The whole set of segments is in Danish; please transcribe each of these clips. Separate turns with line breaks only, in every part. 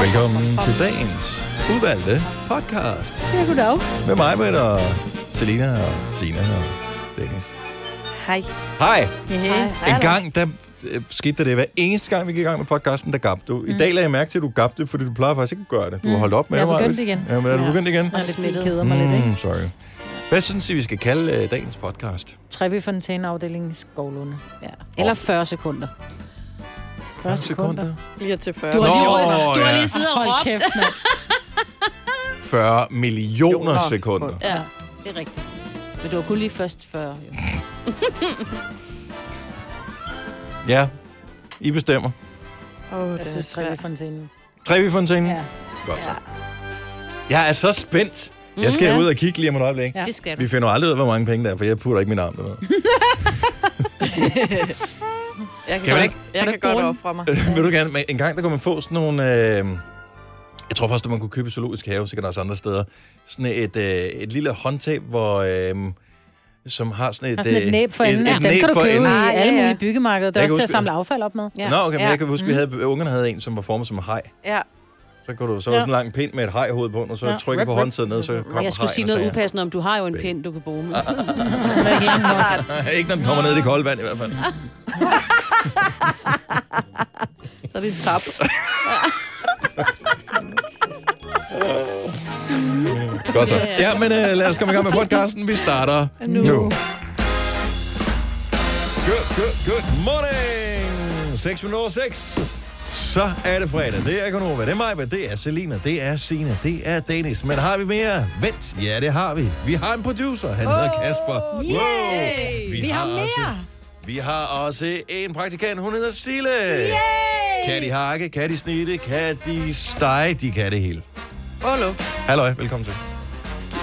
Velkommen til dagens udvalgte podcast.
Ja, goddag.
Med mig, Britt og Selina og Sina og Dennis.
Hej.
Hej!
Hej.
En gang, der øh, skete der det, hver eneste gang, vi gik i gang med podcasten, der gabte du. I
Mm.
dag lagde jeg mærke til, at du gabte, fordi du plejer faktisk ikke at gøre det. Du har
Mm.
holdt op med
Jeg er
mig.
begyndt igen.
Ja, men er du
Ja.
begyndt igen?
Jeg er lidt smittet.
keder mig lidt, ikke?
Mm, sorry. Hvad synes I, vi skal kalde øh, dagens podcast?
Trevi Fontæneafdelingen Skovlunde.
Ja.
Eller 40 sekunder.
40 sekunder.
Bliver til 40.
Du har lige,
Nå,
du har
ja.
lige siddet og
Hold
råbt.
kæft, mand.
40 millioner
Millioner
sekunder.
Ja, det er rigtigt. Men du var kun lige først 40. Jo.
Ja, I bestemmer.
Åh, oh,
Jeg synes, Trevi Fontæne.
Trevi Fontaine.
Ja. Mm,
Godt så. Jeg er så spændt. Jeg skal
ja.
ud og kigge lige om et øjeblik.
Ja.
Det skal du.
Vi finder aldrig ud af, hvor mange penge der er, for jeg putter ikke min arm dernede.
Jeg kan,
Kan man
godt,
ikke-
jeg
man
kan
ikke
godt
bruge den?
ofre mig.
Øh, Vil du gerne? Men en gang, der kunne man få sådan nogle... Øh, jeg tror faktisk, at man kunne købe i zoologisk have, sikkert også andre steder. Sådan et, øh, et lille håndtag, hvor... Øh, som har sådan et... øh,
Og sådan et næb for enden.
Et,
Ja,
et
dem
næb
kan du
for
købe
enden.
i
Ah, ja,
alle
ja.
mulige byggemarkeder. Det er
Jeg kan
også til at
huske-
samle affald op med. Mm.
Ja.
Nå, okay, men
ja. Mm.
jeg kan huske, at havde, ungerne havde en, som var formet som en haj.
Ja.
Så kunne du så var
Ja.
sådan en lang pind med et hajhoved på, og så
Ja.
ja. trykke på
Rip, rip.
håndtaget ned, så Øh, kom
Jeg skulle
hajen
sige
og
noget
sagde,
upassende om, du har jo en pind, du kan bruge. Men...
Ikke når den kommer ned i det kolde vand i hvert fald.
Så er det en tab.
Godt så. Ja, men øh, lad os komme i gang med podcasten. Vi starter nu. nu. Good, good, good morning! 6 minutter over 6. Så er det fredag. Det er Konoba, det er Majba, det er Selina, det er Sina, det er Dennis. Men har vi mere? Vent, ja, det har vi. Vi har en producer, han hedder Kasper. Wow. Vi, vi har, har mere! Også, vi har også en praktikant, hun hedder Sille. Yay! Kan de hakke, kan de snitte, kan de stege, de kan det hele.
Hallo.
Halløj, velkommen til.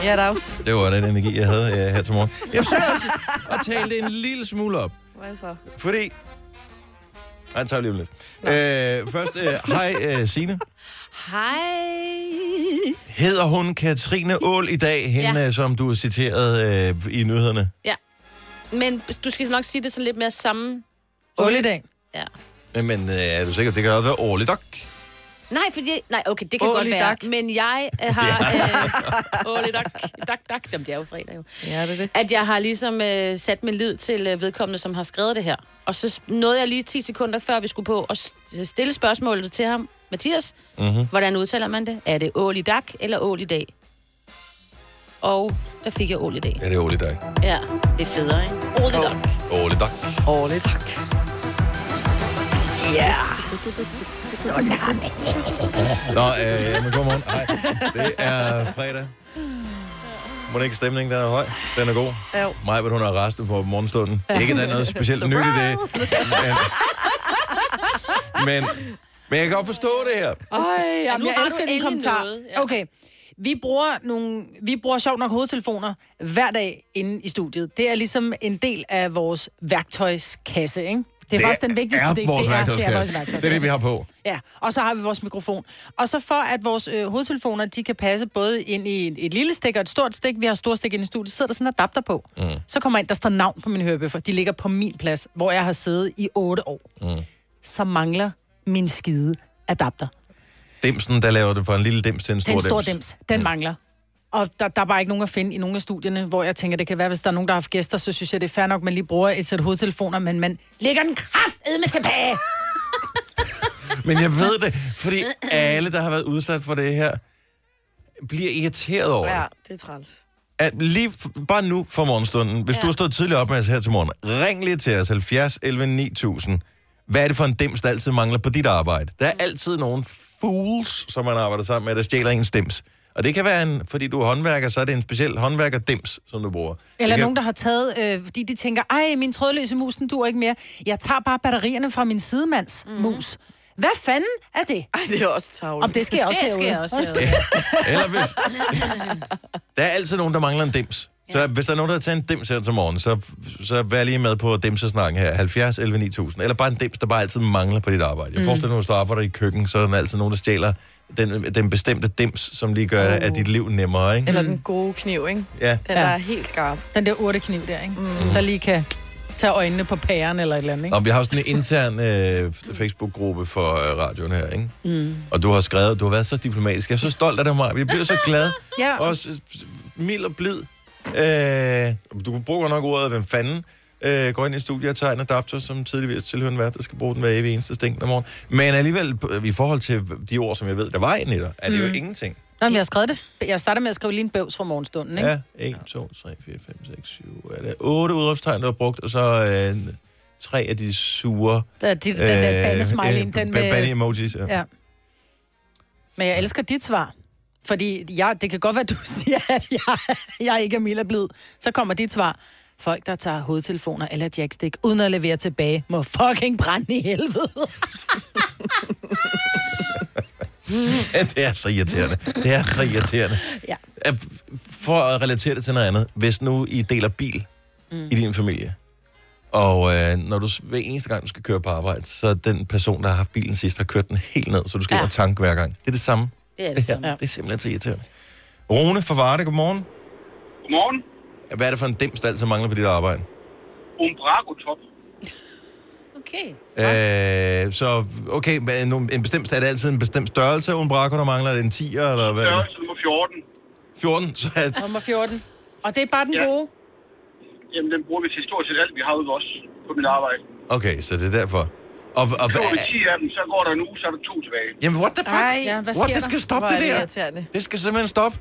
Ja, dags.
Det var den energi, jeg havde øh, her til morgen. Jeg forsøger også at tale det en lille smule op,
Hvad så?
fordi... Ej, det tager lige om lidt. Øh, først, øh, hej øh, Signe.
Hej.
Hedder hun Katrine Ål i dag, hende
Ja.
ja. som du citerede øh, i nyhederne?
Men du skal nok sige det sådan lidt mere sammen.
Ål i dag.
Ja.
Øh, Men øh, er du sikker? Det kan godt være Ål i dag.
Nej, fordi, nej, okay, det kan
Ål
godt
i
være.
dak.
Men jeg øh, har... Øh, ål i dak, dak, dak. Jamen, det er jo fredag jo.
Ja, det er det.
At jeg har ligesom øh, sat min lid til øh, vedkommende, som har skrevet det her. Og så s- nåede jeg lige 10 sekunder, før vi skulle på, og stille spørgsmålet til ham. Mathias,
Mm-hmm.
Hvordan udtaler man det? Er det ål i dag eller ål i dag? Og der fik jeg ål i dag.
Ja, det er Ål i dag.
Ja, det er federe, ikke? Ål i dag.
Ål i dag.
Årligt. Tak.
Nå, øh, men godmorgen. Hej. Det er fredag. Må det ikke stemningen, den er høj? Den er god.
Jo.
Maja, hun er resten på morgenstunden. Ikke, der er noget specielt nyt i det. Men, men jeg kan godt forstå det her.
Ej,
nu
jamen, jeg
har du
elsker din
endelig
kommentar.
noget, ja.
Okay. Vi bruger, nogle, vi bruger sjovt nok hovedtelefoner hver dag inde i studiet. Det er ligesom en del af vores værktøjskasse, ikke? Det er faktisk den vigtigste
er
del.
vores
det, er, det er vores
værktøjskasse. Det er det, vi har på.
Ja, og så har vi vores mikrofon. Og så for at vores øh, hovedtelefoner, de kan passe både ind i et, et lille stik og et stort stik. Vi har et stort stik ind i studiet, sidder der sådan en adapter på. Mm. Så kommer jeg ind, der står navn på min hørebøffer. De ligger på min plads, hvor jeg har siddet i 8 år. Mm. Så mangler min skide adapter.
Dimsen, der laver det fra en lille dims til en stor,
Den store dims, den mm. mangler. Og der, der er bare ikke nogen at finde i nogle af studierne, hvor jeg tænker, det kan være, hvis der er nogen, der har haft gæster, så synes jeg, det er fair nok, at man lige bruger et sæt hovedtelefoner, men man lægger den kraftedme tilbage.
Men jeg ved det, fordi alle, der har været udsat for det her, bliver irriteret over
Ja,
det.
det er træls.
At lige f- bare nu for morgenstunden, hvis ja. du har stået tidligt op med os her til morgen, ring lige til os 70 11 9000. Hvad er det for en dims, der altid mangler på dit arbejde? Der er altid nogle fools, som man arbejder sammen med, der stjæler ens dims. Og det kan være, en, fordi du er håndværker, så er det en speciel håndværker-dims, som du bruger.
Eller
det kan,
nogen, der har taget, øh, fordi de tænker, ej, min trådløse mus, den dur ikke mere. Jeg tager bare batterierne fra min sidemands mm. mus. Hvad fanden er det?
Mhm. Ej, det er også tavligt.
Om det sker også
Det
herude.
sker også herude.
Eller hvis... Der er altid nogen, der mangler en dims. Så hvis der er nogen, der har taget en dims her til morgen, så, så vær lige med på dimsesnakken her. 70 11 9000. Eller bare en dims, der bare altid mangler på dit arbejde. Jeg forestiller mig, hvis du arbejder i køkken, så er der altid nogen, der stjæler den, den bestemte dims, som lige gør, at dit liv nemmere, ikke? Mm.
Eller den gode kniv, ikke?
Ja.
Den
Ja.
der er helt skarp. Mhm.
Den der urtekniv der, ikke? Mm. Der lige kan... Tag øjnene på pæren eller et eller andet, ikke?
Nå, vi har jo sådan en intern øh, Facebook-gruppe for øh, radioen her, ikke? Mm.
Mhm.
Og du har skrevet, du har været så diplomatisk. Jeg er så stolt af dig, Maja. Vi bliver så glad.
Ja.
Og s- s- mild og blid. Øh, du bruger nok ordet, hvem fanden øh, går ind i studiet og tager en adapter, som tidligere tilhører en vært, der skal bruge den hver evig eneste stængende morgen. Men alligevel, p- i forhold til de ord, som jeg ved, der var ind i dig, er det mm. jo ingenting.
Mhm. Nå, men jeg har skrevet det. Jeg starter med at skrive lige en bøvs fra morgenstunden, Mm, ikke?
Ja, 1, 2, 3, 4, 5, 6, 7, er det 8 udråbstegn, der var brugt, og så øh, tre af de sure
Der er dit, den der banesmiley,
øh,
den
ba-
med...
Bane-emojis, ja.
Ja. Men jeg elsker dit svar. Fordi jeg, det kan godt være, du siger, at jeg, jeg ikke er mild og blid. Så kommer dit svar. Folk, der tager hovedtelefoner eller jackstick uden at levere tilbage, må fucking brænde i helvede.
ja. Det er så irriterende. Det er så irriterende.
Ja.
At- For at relatere det til noget andet. Hvis nu I deler bil mm. i din familie, og øh, når du s- hver eneste gang, du skal køre på arbejde, så er den person, der har haft bilen sidst, har kørt den helt ned, så du skal ja.
Ja.
ind og tanke hver gang. Det er det samme.
Det er
Det,
det
her.
samme.
det er simpelthen så irriterende. Rune fra Varde, godmorgen.
Godmorgen.
Hvad er det for en dims, der altid mangler på dit arbejde?
Umbrago Top.
Okay.
Øh, så okay, hvad- nogle- en bestemt, er det altid en bestemt størrelse, Umbraco, der mangler? Er det en 10'er, eller hvad? er det?
Størrelse nummer 14.
14, så er det-
Nummer 14. Og det er bare den
Ja.
gode.
Jamen, den bruger vi til stort set alt, vi har ude ved os på mit arbejde.
Okay, så det er derfor. Og, og
Så
hvad,
vi 10 af dem, så går der en uge, så er der to tilbage.
jamen, what the fuck?
Ej,
Ja, hvad sker
what, det
der?
skal stoppe
Hvor er
det
det
der.
irriterende.
Det skal simpelthen stoppe.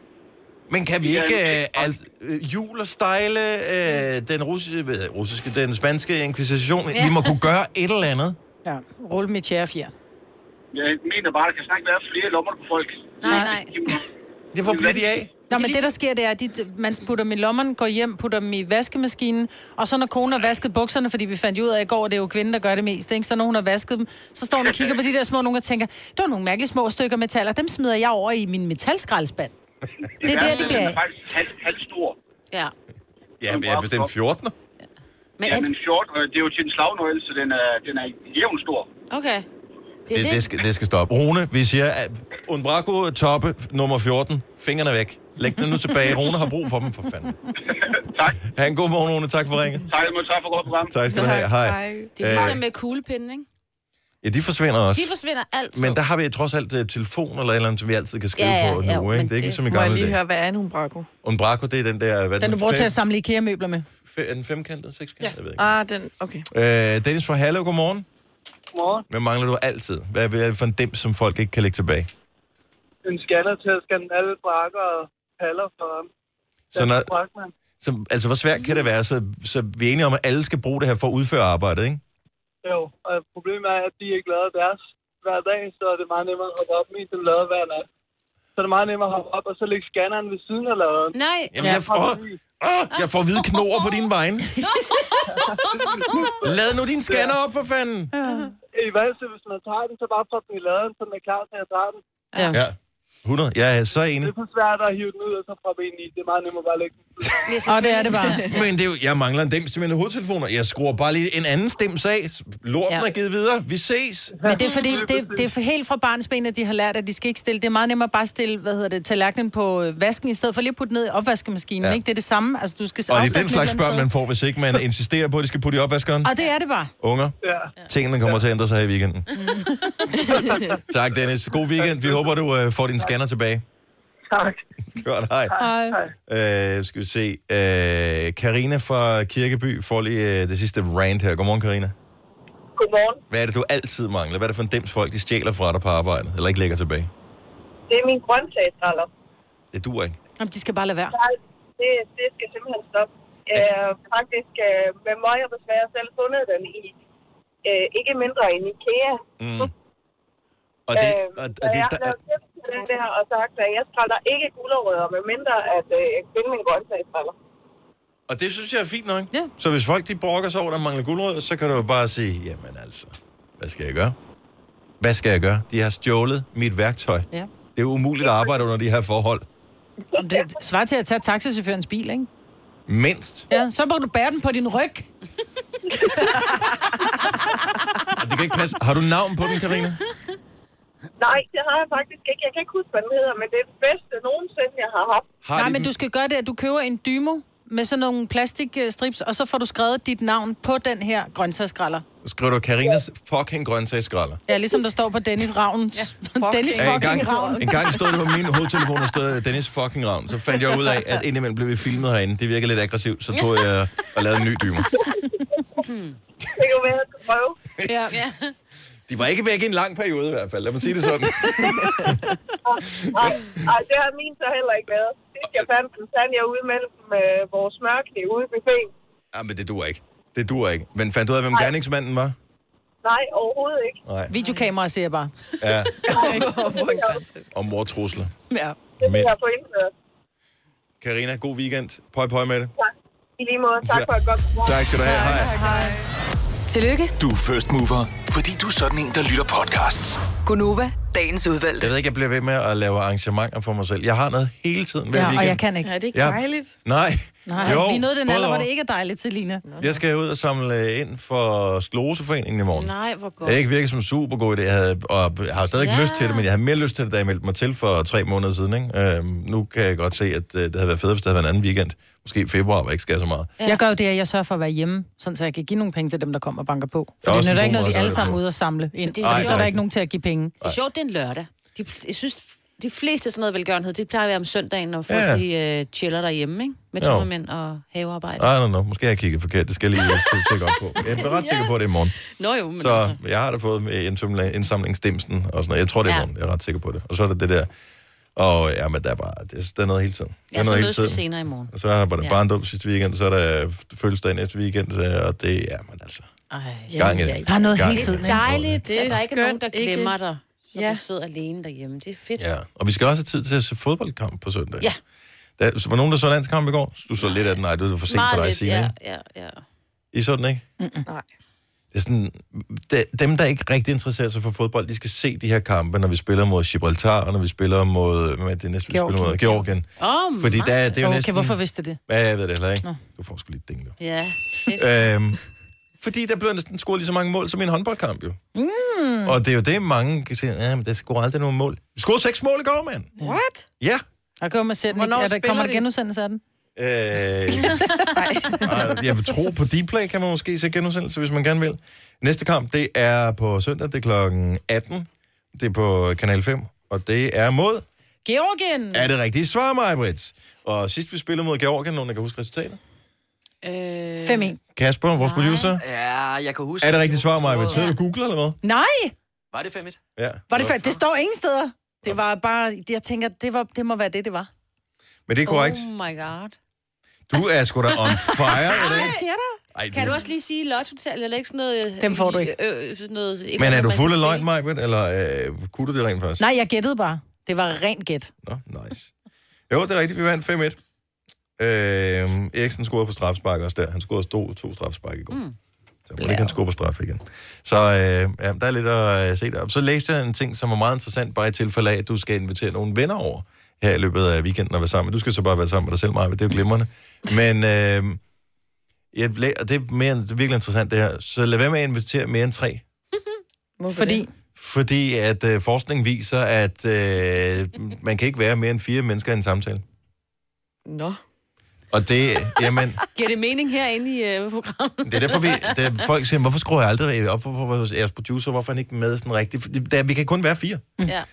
Men kan vi
Ja,
ikke
det-
øh, alt, øh, jul og stejle øh, den russi, øh, russiske, den spanske inkvisition? Vi må kunne gøre et eller andet.
Ja, rulle mit tjærefjer.
Jeg mener bare, der kan snart ikke være flere lommer på folk.
Nej, nej.
Det får bliver de af.
Nå, men det, der sker, det er, at de, man putter dem i lommerne, går hjem, putter dem i vaskemaskinen, og så når konen har vasket bukserne, fordi vi fandt jo ud af i går, at det er jo kvinden, der gør det mest, ikke? så når hun har vasket dem, så står hun og kigger på de der små nogen og tænker, der er nogle mærkelige små stykker metal, og dem smider jeg over i min metalskraldespand. Det er der, det bliver
Den
af.
er faktisk halv, halv stor.
Ja.
Ja, men jeg er bestemt 14.
Men er
Jamen,
det...
14, øh, det er jo til en slagnøgle, så den er, den er jævn stor.
Okay. Det er
Det, det,
det.
skal, det skal stoppe. Rune, vi siger, at Unbraco toppe nummer 14. Fingrene væk. Læg den nu tilbage. Rune har brug for dem, for fanden.
Tak.
Ha' en god morgen, Rune. Tak for ringet.
Tak, jeg må tage for godt program.
Tak skal du have. Hej.
Det er ligesom med kuglepinden, ikke?
Ja, de forsvinder også.
De forsvinder altid.
Men der har vi trods alt øh, telefon eller et eller andet, som vi altid kan skrive
Ja, ja,
på
ja,
nu.
men
Ikke? Det er ikke
det-
som i
Må jeg
gamle
lige
dage.
høre, hvad er en umbraco?
Unbraco, det er den der... Hvad,
Den du bruger til at samle IKEA-møbler med.
samle... En femkantet, sekskantet, ja. jeg ved ikke.
Ah, den, okay.
Øh, Dennis fra Hallo, godmorgen.
Godmorgen.
Hvad mangler du altid? Hvad er det for en dem, som folk ikke kan lægge tilbage?
En scanner til at scanne alle brakker og paller for ham.
Så, når,
Brakman.
så, altså, hvor svært kan det være? Så, så vi er enige om, at alle skal bruge det her for at udføre arbejdet, ikke?
Jo, og problemet er, at de ikke lader deres hver dag, så er det meget nemmere at hoppe op, mens de lader hver nat. Så er det meget nemmere at hoppe op, og så lægge scanneren ved siden af laderen.
Nej.
Jamen, jeg får, åh, jeg får hvide knoer på din vejen. Lad nu din scanner op, for fanden.
I værste, hvis man tager den, så bare prop den i laderen, så den er klar til at tage den.
Ja. 100. Jeg er så
Det
enig.
er for svært at hive den ud, og så proppe ind i. Det er meget nemmere bare at lægge den.
Og det er det bare.
Men det er jo, jeg mangler en dims til mine hovedtelefoner. Jeg skruer bare lige en anden stems af. Lorten
Ja.
er givet videre. Vi ses.
Men det er fordi, det, det er for helt fra barnsben, at de har lært, at de skal ikke stille. Det er meget nemmere at bare stille, hvad hedder det, tallerkenen på øh, vasken, i stedet for lige at putte ned i opvaskemaskinen,
Ja.
ja. ikke? Det er det samme. Altså, du skal
Og det
afsætte
er den
et
slags
eller andet
børn, man får, hvis ikke man insisterer på, at de skal putte i opvaskeren.
sted. Og det er det bare.
Unger,
Ja.
tingene kommer til at ændre sig her i weekenden.
Mm.
tak, Dennis. God weekend. Vi håber, du øh, får din scanner tilbage.
Tak.
Godt, hej. Øh, skal vi se. Øh, Karina fra Kirkeby får lige øh, det sidste rant her. Godmorgen, Karina.
Godmorgen.
Hvad er det, du altid mangler? Hvad er det for en dims folk, de stjæler fra dig på arbejde? Eller ikke lægger tilbage?
Det er min grøntsagsraller.
Det duer ikke.
Jamen, de skal bare lade være.
Nej, det, det skal simpelthen stoppe. Jeg har faktisk øh, med mig og besvær selv fundet den i øh, ikke mindre end IKEA.
Mm. Og det,
Øhm,
og,
så
og det,
jeg
der,
blev tips til den der og sagt, at jeg skræller ikke gulerødder, med mindre at øh, jeg finder min grøntsagsskræller.
Og det synes jeg er fint nok.
Ja.
Så hvis folk de brokker sig over, at der mangler gulerødder, så kan du jo bare sige, jamen altså, hvad skal jeg gøre? Hvad skal jeg gøre? De har stjålet mit værktøj.
Ja.
Det er umuligt at arbejde under de her forhold.
Om det svarer til at tage taxichaufførens bil, ikke?
Mindst.
Ja, så må du bære den på din ryg.
Og det kan ikke passe. Har du navn på den, Karina?
Nej, det har jeg faktisk ikke. Jeg kan ikke huske, hvad den hedder, men det er den bedste nogensinde, jeg har haft.
Har
Nej,
de
men
den?
du skal gøre det, at du køber en dymo med sådan nogle plastikstrips, og så får du skrevet dit navn på den her grøntsagsgræller.
Skriver du Karinas fucking grøntsagsskræller?
Ja, ligesom der står på Dennis Ravns. Ja, Dennis
Ja, en,
fucking
gang,
Ravn.
en gang stod det på min hovedtelefon, og stod Dennis fucking Ravn. Så fandt jeg ud af, at indimellem blev vi filmet herinde. Det virker lidt aggressivt, så tog jeg og lavede en ny dymer.
Det kan være, at jeg skal prøve.
Hmm. Ja. ja.
De var ikke væk i en lang periode i hvert fald, lad mig sige det sådan.
Ej, ej, det har min så heller ikke været. Sidst jeg fandt den, fandt jeg ude mellem øh, vores smørkniv ude i buffeten.
Ja, Ah, men det dur ikke. Det dur ikke. Men fandt du ud af, hvem gerningsmanden var?
Nej, overhovedet ikke.
Nej.
Videokamera, siger jeg bare.
Ja,
Hvorfor en grøntsags?
og mortrusler.
Ja.
Det
Men
har jeg fået indført.
Karina, god weekend. Pøj, pøj med det.
I lige måde, tak for et godt program.
Tak skal du have. Hej.
Tillykke,
Du er first mover, fordi du er sådan en, der lytter podcasts.
Gunova, dagens udvalgte.
Jeg ved ikke, jeg bliver ved med at lave arrangementer for mig selv. Jeg har noget hele tiden hver
ja, og
weekend.
jeg kan ikke.
Ja, det er ikke
Ja.
dejligt.
Nej.
Nej, jo, vi nåede den
både
alder, hvor
og.
det ikke er dejligt, Selina.
Jeg skal ud og samle øh, ind for Skloseforeningen i morgen.
Nej, hvor godt.
Det har ikke virket som en super god idé, jeg havde, og har stadig ikke
Ja.
lyst til det, men jeg havde mere lyst til det, da jeg meldte mig til for tre måneder siden. Ikke? Øhm, nu kan jeg godt se, at øh, det havde været fedt, hvis det havde været en anden weekend. Måske i februar, hvor jeg ikke skal så meget.
Ja. Jeg gør jo det, at jeg sørger for at være hjemme, sådan så jeg kan give nogle penge til dem, der kommer og banker på.
er
For det
også en
nytter
god
ikke noget,
måde
vi
at
alle
gøre
sammen
det på.
ude og samle ind.
det
Det,
er
Ej, så er der
rigtigt.
ikke nogen til at give penge.
Det er sjovt, det er en lørdag. De, jeg synes, de fleste sådan noget velgørenhed, det plejer at være om søndagen, når folk
Ja.
ja. de, uh, chiller derhjemme, ikke? Med
Jo.
tømmermænd og havearbejde.
I don't know. Måske har jeg kigget forkert. Det skal jeg lige øh, tjekke op på. Jeg er ret sikker på, at det er i morgen.
Nå jo, men
Så
altså.
jeg har da fået øh, indsamling- indsamlingsstemsen og sådan noget. Jeg tror, det er i
Ja.
morgen. Jeg er ret sikker på det. Og så er det det der. Og ja, men der er bare, det, der er noget hele tiden. Der
Ja,
er
så
noget hele
mødes vi
tiden.
senere i morgen.
Og så var der ja.
Ja.
barndom sidste weekend, så er der fødselsdag næste weekend, øh, og det er man altså.
Ej.
Gang i
ja,
det.
Der er noget
Gang
hele
i
tiden, ikke?
Dejligt,
Det
det
er
er at der ikke er
skønt,
nogen, der
ikke?
glemmer dig, så
Ja.
ja. du sidder alene derhjemme. Det er fedt.
Ja, og vi skal også have tid til at se fodboldkamp på søndag.
Ja.
Der så var nogen, der så landskamp i går. Du så lidt af den. Nej, det var for sent for dig, Signe.
ja,
Ja.
ja, ja.
I så den ikke?
Nej.
Det er sådan, de, dem, der ikke rigtig interesserer sig for fodbold, de skal se de her kampe, når vi spiller mod Gibraltar, og når vi spiller mod hvad er det næste, vi spiller
Georgien.
mod Georgien.
Åh,
Fordi der, er- det er jo
Okay,
næsten...
hvorfor vidste du det?
Ja, jeg ved det heller ikke. Du får sgu lige et ding der.
Ja, fedt.
Øhm, fordi der blev næsten scoret lige så mange mål som i en håndboldkamp, jo. Mm. Og det er jo det, mange kan sige, ja, men der scorer aldrig nogen mål. Vi scorede seks mål i går, mand.
What?
Ja.
Og kommer sætten,
Hvornår
er der,
spiller
kommer der
de?
genudsendelse af den?
Øh, ej, jeg vil tro på Dplay, kan man måske se genudsendelse, hvis man gerne vil. Næste kamp, det er på søndag, det er klokken 18. Det er på Kanal 5, og det er mod...
Georgien!
Er det rigtigt svar, mig, Britt? Og sidst vi spillede mod Georgien, nogen der kan huske resultatet?
Øh,
5-1.
Kasper, vores producer.
Ja, jeg kan huske...
Er det rigtigt svar, mig? Sidder du og googler, eller hvad?
Nej!
Var det 5
Ja.
Var det, fa- det står ingen steder. Det var bare, jeg tænker, det, var, det må være det, det var.
Men det er korrekt.
Oh my god.
Du er sgu da on fire i dag.
Hvad sker der?
Ej,
Kan du også lige sige lottotal eller ikke sådan noget...
Dem får du ikke.
Øh, øh, sådan noget, et eller
Men er
andet,
du
man
fuld
kan
af løgn,
spille?
Majbet, eller øh, kunne du det rent faktisk?
Nej, jeg gættede bare. Det var rent gæt.
Nå, nice. Jo, det er rigtigt, vi vandt 5-1. Øh, Eriksen scorede på strafspark også der. Han scorede to, to strafspark i går. Mm. Så må det ikke han score på straf igen. Så øh, ja, der er lidt at øh, se der. Så læste jeg en ting, som var meget interessant, bare i tilfælde af, at du skal invitere nogle venner over her i løbet af weekenden og være sammen. Du skal så bare være sammen med dig selv, Maja, det er jo glimrende. Men øh, jeg, læ- og det, er mere, det er virkelig interessant det her. Så lad være med at invitere mere end tre
Hvorfor
Fordi,
det?
fordi at øh, forskning viser, at øh, man kan ikke være mere end fire mennesker i en samtale.
Nå.
Og det, jamen,
Giver det mening herinde i øh, programmet?
det er derfor, vi, det er, folk siger, hvorfor skruer jeg aldrig op for, for, for jeres producer, hvorfor er han ikke med sådan rigtigt? Fordi Der, vi kan kun være fire.
Ja.
Mm.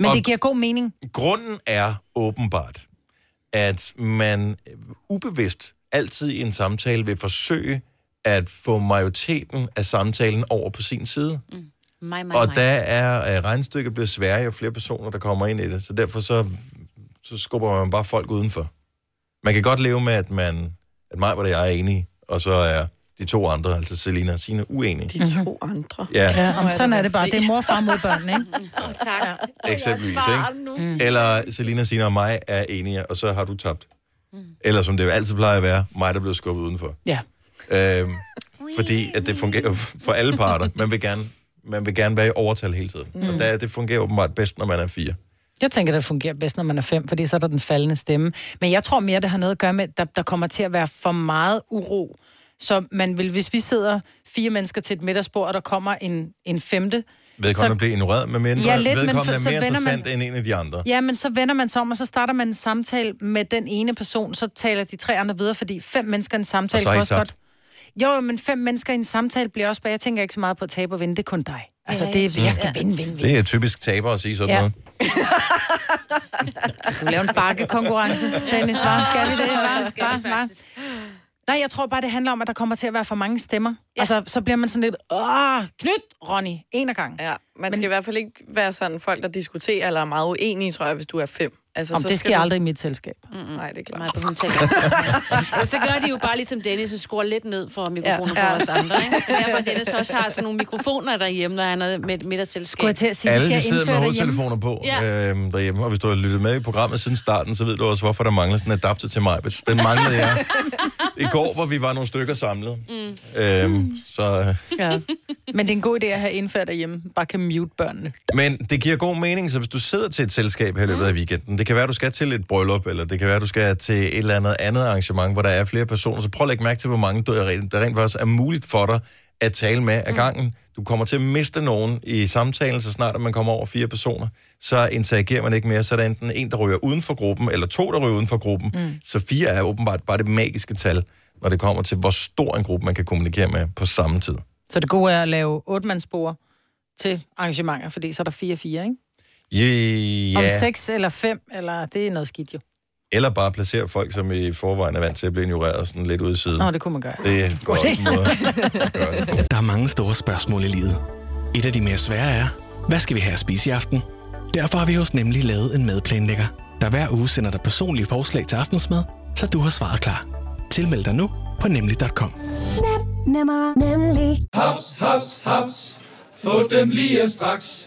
men
Og-
det giver god mening.
Grunden er åbenbart, at man øh, ubevidst altid i en samtale vil forsøge at få majoriteten af samtalen over på sin side.
Mig, mig,
Og
mig.
der er øh, regnstykket blevet sværere, jo flere personer, der kommer ind i det. Så derfor så, så skubber man bare folk udenfor. Man kan godt leve med, at, man, at mig og jeg er enige, og så er de to andre, altså Selina og Signe, uenige.
De to andre.
Ja,
Mhm. Ja, om sådan er det bare.
fri.
Det er mor, far mod børn, ikke?
Oh, tak. Ja.
eksempelvis, ikke? Eller Selina, Signe og mig er enige, og så har du tabt.
Mm.
Eller som det jo altid plejer at være, mig, der bliver skubbet udenfor.
Ja.
Øhm, fordi at det fungerer for alle parter. Man vil gerne, man vil gerne være i overtal hele tiden. Mm. Og der, det fungerer åbenbart bedst, når man er fire.
Jeg tænker, det fungerer bedst, når man er fem, fordi så er der den faldende stemme. Men jeg tror mere, det har noget at gøre med, at der, der kommer til at være for meget uro. Så man vil, hvis vi sidder fire mennesker til et middagsbord, og der kommer en, en femte,
Vedkommende
Så-
bliver ignoreret, men mindre ja,
Ja, lidt, men
vedkommende
for-
er
så
mere
vender man-
interessant man... end en af de andre.
Ja, men så vender man sig om, og så starter man en samtale med den ene person, så taler de tre andre videre, fordi fem mennesker i en samtale
Og så er
kan
I
også
tabt.
godt... Jo, jo, men fem mennesker i en samtale bliver også bare, jeg tænker ikke så meget på at tabe og vinde, det er kun dig. Altså, det er, jeg skal vinde, vinde, vinde.
Det er typisk taber at sige sådan ja.
Ja.
noget.
Du laver en bakkekonkurrence, Dennis, var, skal vi det? Var,
Skal vi
var, var. Nej, jeg tror bare, det handler om, at der kommer til at være for mange stemmer. Ja. Altså, så bliver man sådan lidt, åh, knyt, Ronny, en af gangen.
Ja, man skal i hvert fald ikke være sådan folk, der diskuterer eller er meget uenige, tror jeg, hvis du er fem. Altså,
Om det sker
du-
aldrig i mit selskab.
Nej, det er klart.
Nej, på hun tænker. så gør de jo bare ligesom Dennis og skruer lidt ned for mikrofonen ja.
Ja.
for os andre. Ikke? Det er Derfor at Dennis også har sådan nogle mikrofoner derhjemme, når han er med et
Skulle
middagsselskab.
jeg til at sige,
Alle
Alle
de
skal jeg
sidder med
indføre derhjemme?
hovedtelefoner på
Ja.
ja. øhm, derhjemme, og hvis du har lyttet med i programmet siden starten, så ved du også, hvorfor der mangler sådan en adapter til mig. Den manglede jeg i går, hvor vi var nogle stykker samlet. Mm. Øhm, så,
Ja. Men det er en god idé at have indført derhjemme. Bare kan mute børnene.
men det giver god mening, så hvis du sidder til et selskab her i løbet af weekenden, det kan være, du skal til et bryllup, eller det kan være, du skal til et eller andet andet arrangement, hvor der er flere personer, så prøv at lægge mærke til, hvor mange du, der rent faktisk er muligt for dig at tale med ad gangen. Du kommer til at miste nogen i samtalen, så snart at man kommer over fire personer, så interagerer man ikke mere, så er der enten en, der ryger uden for gruppen, eller to, der ryger uden for gruppen. Mm. Så fire er åbenbart bare det magiske tal, når det kommer til, hvor stor en gruppe man kan kommunikere med på samme tid.
Så det gode er at lave otmandsbord til arrangementer, fordi så er der 4-4, ikke?
Yeah.
Om 6 eller 5, eller det er noget skidt jo.
Eller bare placere folk, som i forvejen er vant til at blive ignoreret sådan lidt ude i siden.
Nå, det kunne man gøre.
Det går også en måde at gøre det på.
Der er mange store spørgsmål i livet. Et af de mere svære er, hvad skal vi have at spise i aften? Derfor har vi hos Nemlig lavet en madplanlægger, der hver uge sender dig personlige forslag til aftensmad, så du har svaret klar. Tilmeld dig nu på nemlig.com.
Nemmer, nemlig.
Haps, haps, haps. Få dem lige straks.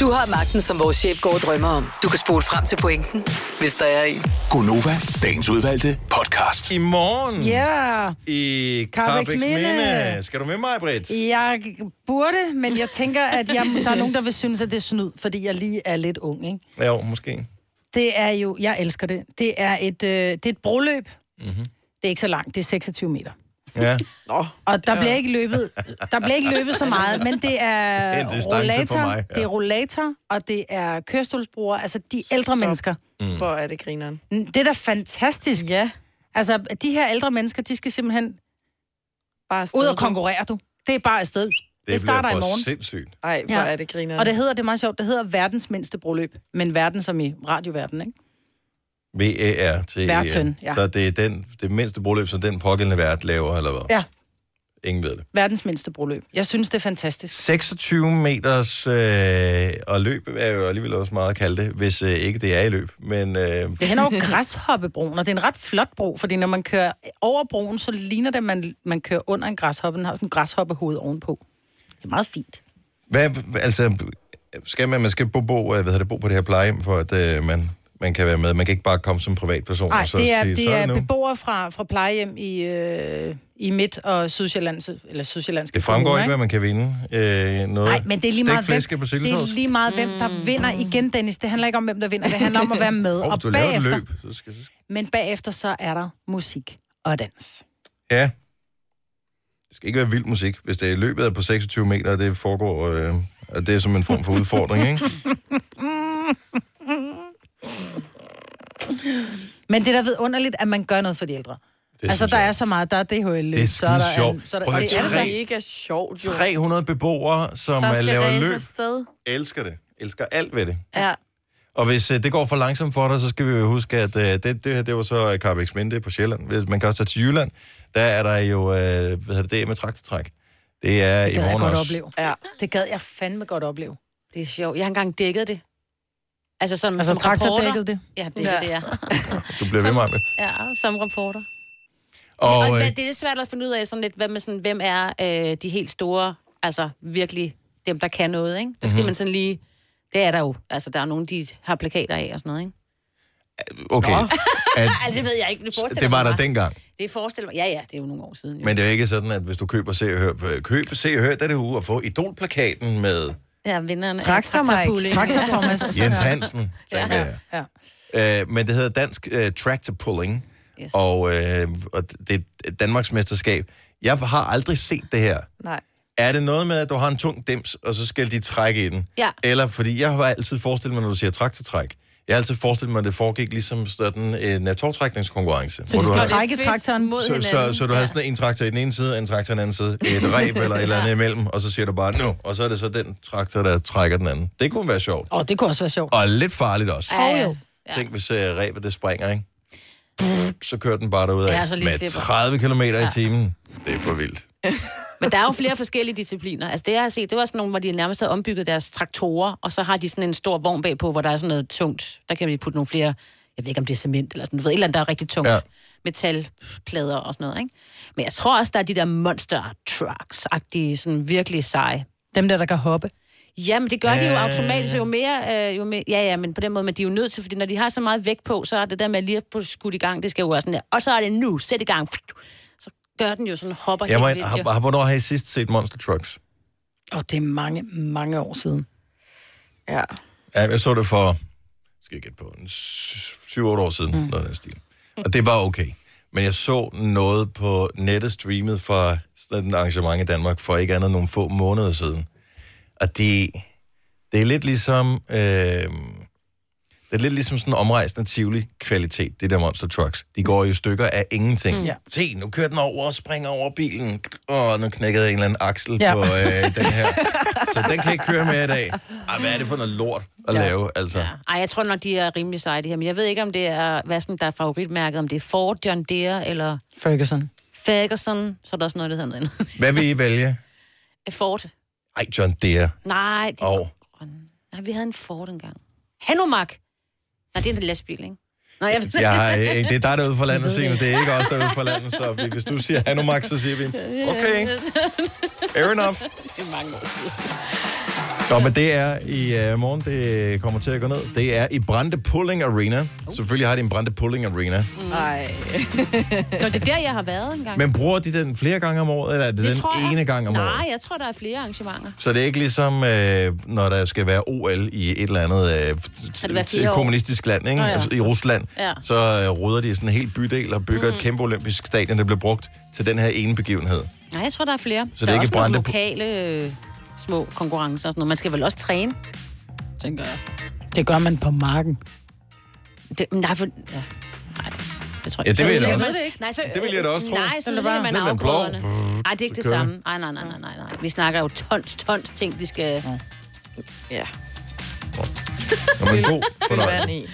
Du har magten, som vores chef går og drømmer om. Du kan spole frem til pointen, hvis der er en.
Gonova, dagens udvalgte podcast.
I morgen
Ja,
i
Karrebæksminde.
Karabæksminde. Skal du med mig, Britt?
jeg burde, men jeg tænker, at jeg, der er nogen, der vil synes, at det er snyd, fordi jeg lige er lidt ung, ikke?
Jo, måske.
Det er jo, jeg elsker det. Det er et, øh, det er et broløb.
Mhm.
Mm-hmm. Det er ikke så langt, det er 26 meter.
Ja.
Nå, og der bliver, ikke løbet, der bliver ikke løbet så meget, men det er,
Det er en distance for
rollator,
mig, ja.
det er rollator, og det er kørestolsbrugere, altså de ældre mennesker.
Mm.
Hvor er det grineren?
Det er da fantastisk. Ja. Altså, de her ældre mennesker, de skal simpelthen
bare
ud og konkurrere, du. Det er bare afsted. Det,
bliver
det starter i
for
morgen.
sindssygt.
Ej, hvor er det griner.
Og det hedder, det er meget sjovt, det hedder verdens mindste broløb. Men verden som i radioverden, ikke?
VAR til...
Værtøn, ja.
E Så det er den, det mindste broløb, som den pågældende vært laver, eller hvad?
Ja,
Ingen ved det.
verdens mindste broløb. Jeg synes, det er fantastisk.
26 meters øh, og løb er jo alligevel også meget at kalde det, hvis øh, ikke det er i løb. Men øh,
Det er hen over Græshoppebroen, og det er en ret flot bro, fordi når man kører over broen, så ligner det, at man, man kører under en græshoppe. Den har sådan en græshoppehoved ovenpå. Det er meget fint.
Hvad, altså, skal man, man skal bo, bo, hvad hedder det, bo på det her plejehjem, for at øh, man, man kan være med. Man kan ikke bare komme som privatperson.
Nej,
og så
det er,
sige, "Så
det er
nu."
beboere fra, fra plejehjem i, øh, i Midt- og Sydsjællands, eller Sydsjællandske
Det fremgår
kommuner,
ikke, hvad man kan vinde. Øh, noget.
Nej, men det er lige meget,
Stegt flæske på
det er
sildesovs.
lige meget hvem, der vinder igen, Dennis. Det handler ikke om, hvem der vinder. Det handler om at være med.
Åh,
og
du laver et
bagefter,
løb. Så skal, så skal.
Men bagefter så er der musik og dans.
Ja. Det skal ikke være vild musik. Hvis det er løbet er på 26 meter, og det foregår... Øh, og det er som en form for udfordring, ikke?
Men det er da vidunderligt, at man gør noget for de ældre. Altså, der er så meget. Der er DHL.
Det er
så der
skide sjovt.
en- Så er der,
Prøv at
det er
høre,
der
tre-
ikke sjovt, jo.
300 beboere, som øh, laver løb.
afsted.
Elsker det. Elsker alt ved det.
Ja.
Og hvis øh, det går for langsomt for dig, så skal vi jo huske, at øh, det, det her, det var så Carbex Minde på Sjælland. Hvis man kan også tage til Jylland, der er der jo, øh, hvad hedder det, det med traktortræk. Det er i
Det gad jeg
morgen
godt
også.
opleve. Ja. Det gad jeg fandme godt opleve.
Det er sjovt. Jeg har engang dækket det. Altså, som,
Altså,
som reporter.
traktordækket det?
Ja, dækket ja. det, ja.
Du bliver ved med med.
Ja, som reporter. Og,
Og,
og
øh,
det er lidt svært at finde ud af, sådan lidt, hvad med sådan, hvem er øh, de helt store altså virkelig dem, der kan noget, ikke? Der skal
Mhm.
mm-hmm. man sådan lige... Det er der jo. Altså, der er nogen, de har plakater af og sådan noget, ikke?
Øh, Okay, at,
At... det ved jeg ikke. Det, forestiller
det var
mig
der
bare.
dengang.
Det forestiller mig. Ja, ja, det er jo nogle år siden. Jo.
Men det er jo ikke sådan, at hvis du køber Se og Hør, øh, køb Se og Hør, der er det ude at få idolplakaten med
Ja, vinderen
Traktor, Mike. Traktor, Thomas.
Jens Hansen, tænker jeg.
Ja.
Øh, men det hedder Dansk øh, Tractor Pulling, yes. og, øh, og det er Danmarks mesterskab. Jeg har aldrig set det her.
Nej.
Er det noget med, at du har en tung dims, og så skal de trække i den?
Ja.
Eller, fordi jeg har altid forestillet mig, når du siger traktortræk, jeg har altid forestillet mig, at det foregik ligesom sådan en uh, togtrækningskonkurrence.
Så
hvor
de
du
skal
havde-
trække traktoren mod
så,
hinanden.
så, så du havde sådan en traktor i den ene side, og en traktor i den anden side, et reb eller et eller andet imellem, og så siger du bare nu, og så er det så den traktor, der trækker den anden. Det kunne være sjovt.
Åh, oh, det kunne også være sjovt.
Og lidt farligt også.
Ja, ja. Åh,
Tænk, hvis uh, rebet det springer, ikke? Så kører den bare derudad
Ja, så lige
med
slipper.
30 km i timen. Det er for vildt.
Men der er jo flere forskellige discipliner. Altså det, jeg har set, det var sådan nogle, hvor de nærmest havde ombygget deres traktorer, og så har de sådan en stor vogn bagpå, hvor der er sådan noget tungt. Der kan vi putte nogle flere, jeg ved ikke om det er cement eller sådan, du ved, et eller andet, der er rigtig tungt.
Ja.
Ja. Metalplader og sådan noget, ikke? Men jeg tror også, der er de der monster trucks-agtige, sådan virkelig seje.
Dem der, der kan hoppe.
Jamen, det gør de jo
Ja.
automatisk jo mere, øh, jo mere... Ja, ja, men på den måde, men de er jo nødt til, fordi når de har så meget vægt på, så er det der med lige at få skudt i gang, det skal jo være sådan der. Og så er det nu, sæt i gang. Så gør den jo sådan, hopper
Jeg må,
helt vildt. jo.
har, har, hvornår har I sidst set Monster Trucks?
oh, det er mange, mange år siden.
Ja.
Ja, jeg så det for, skal jeg gætte på, 7-8 år siden, mm. noget af den stil. Og det var okay. Men jeg så noget på nettet streamet fra sådan et arrangement i Danmark for ikke andet end nogle få måneder siden. Og det, det er lidt ligesom... Øh, det er lidt ligesom sådan en omrejsende tivoli kvalitet, det der monster trucks. De går jo i stykker af ingenting.
Mm.
Mm.
Ja.
Se, nu kører den over og springer over bilen. Åh, nu knækkede jeg en eller anden aksel
Ja.
ja. på øh, den her. Så den kan ikke køre med i dag. Ej, hvad er det for noget lort at ja. lave, altså? Ja.
Ej, jeg tror nok, de er rimelig seje, de her. Men jeg ved ikke, om det er, hvad sådan, der er favoritmærket, om det er Ford, John Deere eller
Ferguson.
Ferguson. Så er der også noget, der hedder noget andet. Eh,
Hvad vil I vælge?
Ford.
Ej, John Deere.
Nej, det,
Og
nej, vi havde en Ford engang. Hanumak. Nej, det er en lastbil, ikke? Nej, jeg...
jeg har, øh, det er dig derude for landet, Signe. Det er ikke os derude for landet, så vi- hvis du siger Hanumak, så siger vi, okay, fair enough.
Det er mange år siden.
Nå, men det er i uh, morgen, det kommer til at gå ned. Det er i Brande Pulling Arena. Selvfølgelig har de en Brande Pulling Arena.
Nej.
Nå, det er der, jeg har været engang.
Men bruger de den flere gange om året, eller er det, det den
tror
ene gang om året?
Nej, jeg tror, der er flere arrangementer.
Så det er ikke ligesom, øh, når der skal være OL i et eller andet øh,
Så det var fire
t-
år.
kommunistisk land, ikke?
Nå
Oh,
ja.
ja. altså, i Rusland,
Ja.
ja. så øh, råder de sådan en hel bydel og bygger mm. et kæmpe olympisk stadion, der bliver brugt til den her ene begivenhed.
Nej, jeg tror, der er flere.
Så det er
der er
ikke
også nogle
Brande-
lokale øh, små konkurrencer og sådan noget. Man skal vel også træne, tænker jeg.
Det gør man på marken.
Det, men nej, for... Ja. Det tror
Ja, det vil jeg da også.
ved det ikke. Nej, så, øh,
Det vil jeg da også tro.
Nej, så
Den er
ligger
bare-
man
Lidt med en plov.
afgrøderne. Nej, det er ikke
Så
det
kører
samme. Nej, nej, nej, nej, nej, nej. Vi snakker jo tons, tons ting, vi skal...
Ja.
Nå, men god fornøjelse.
vand i.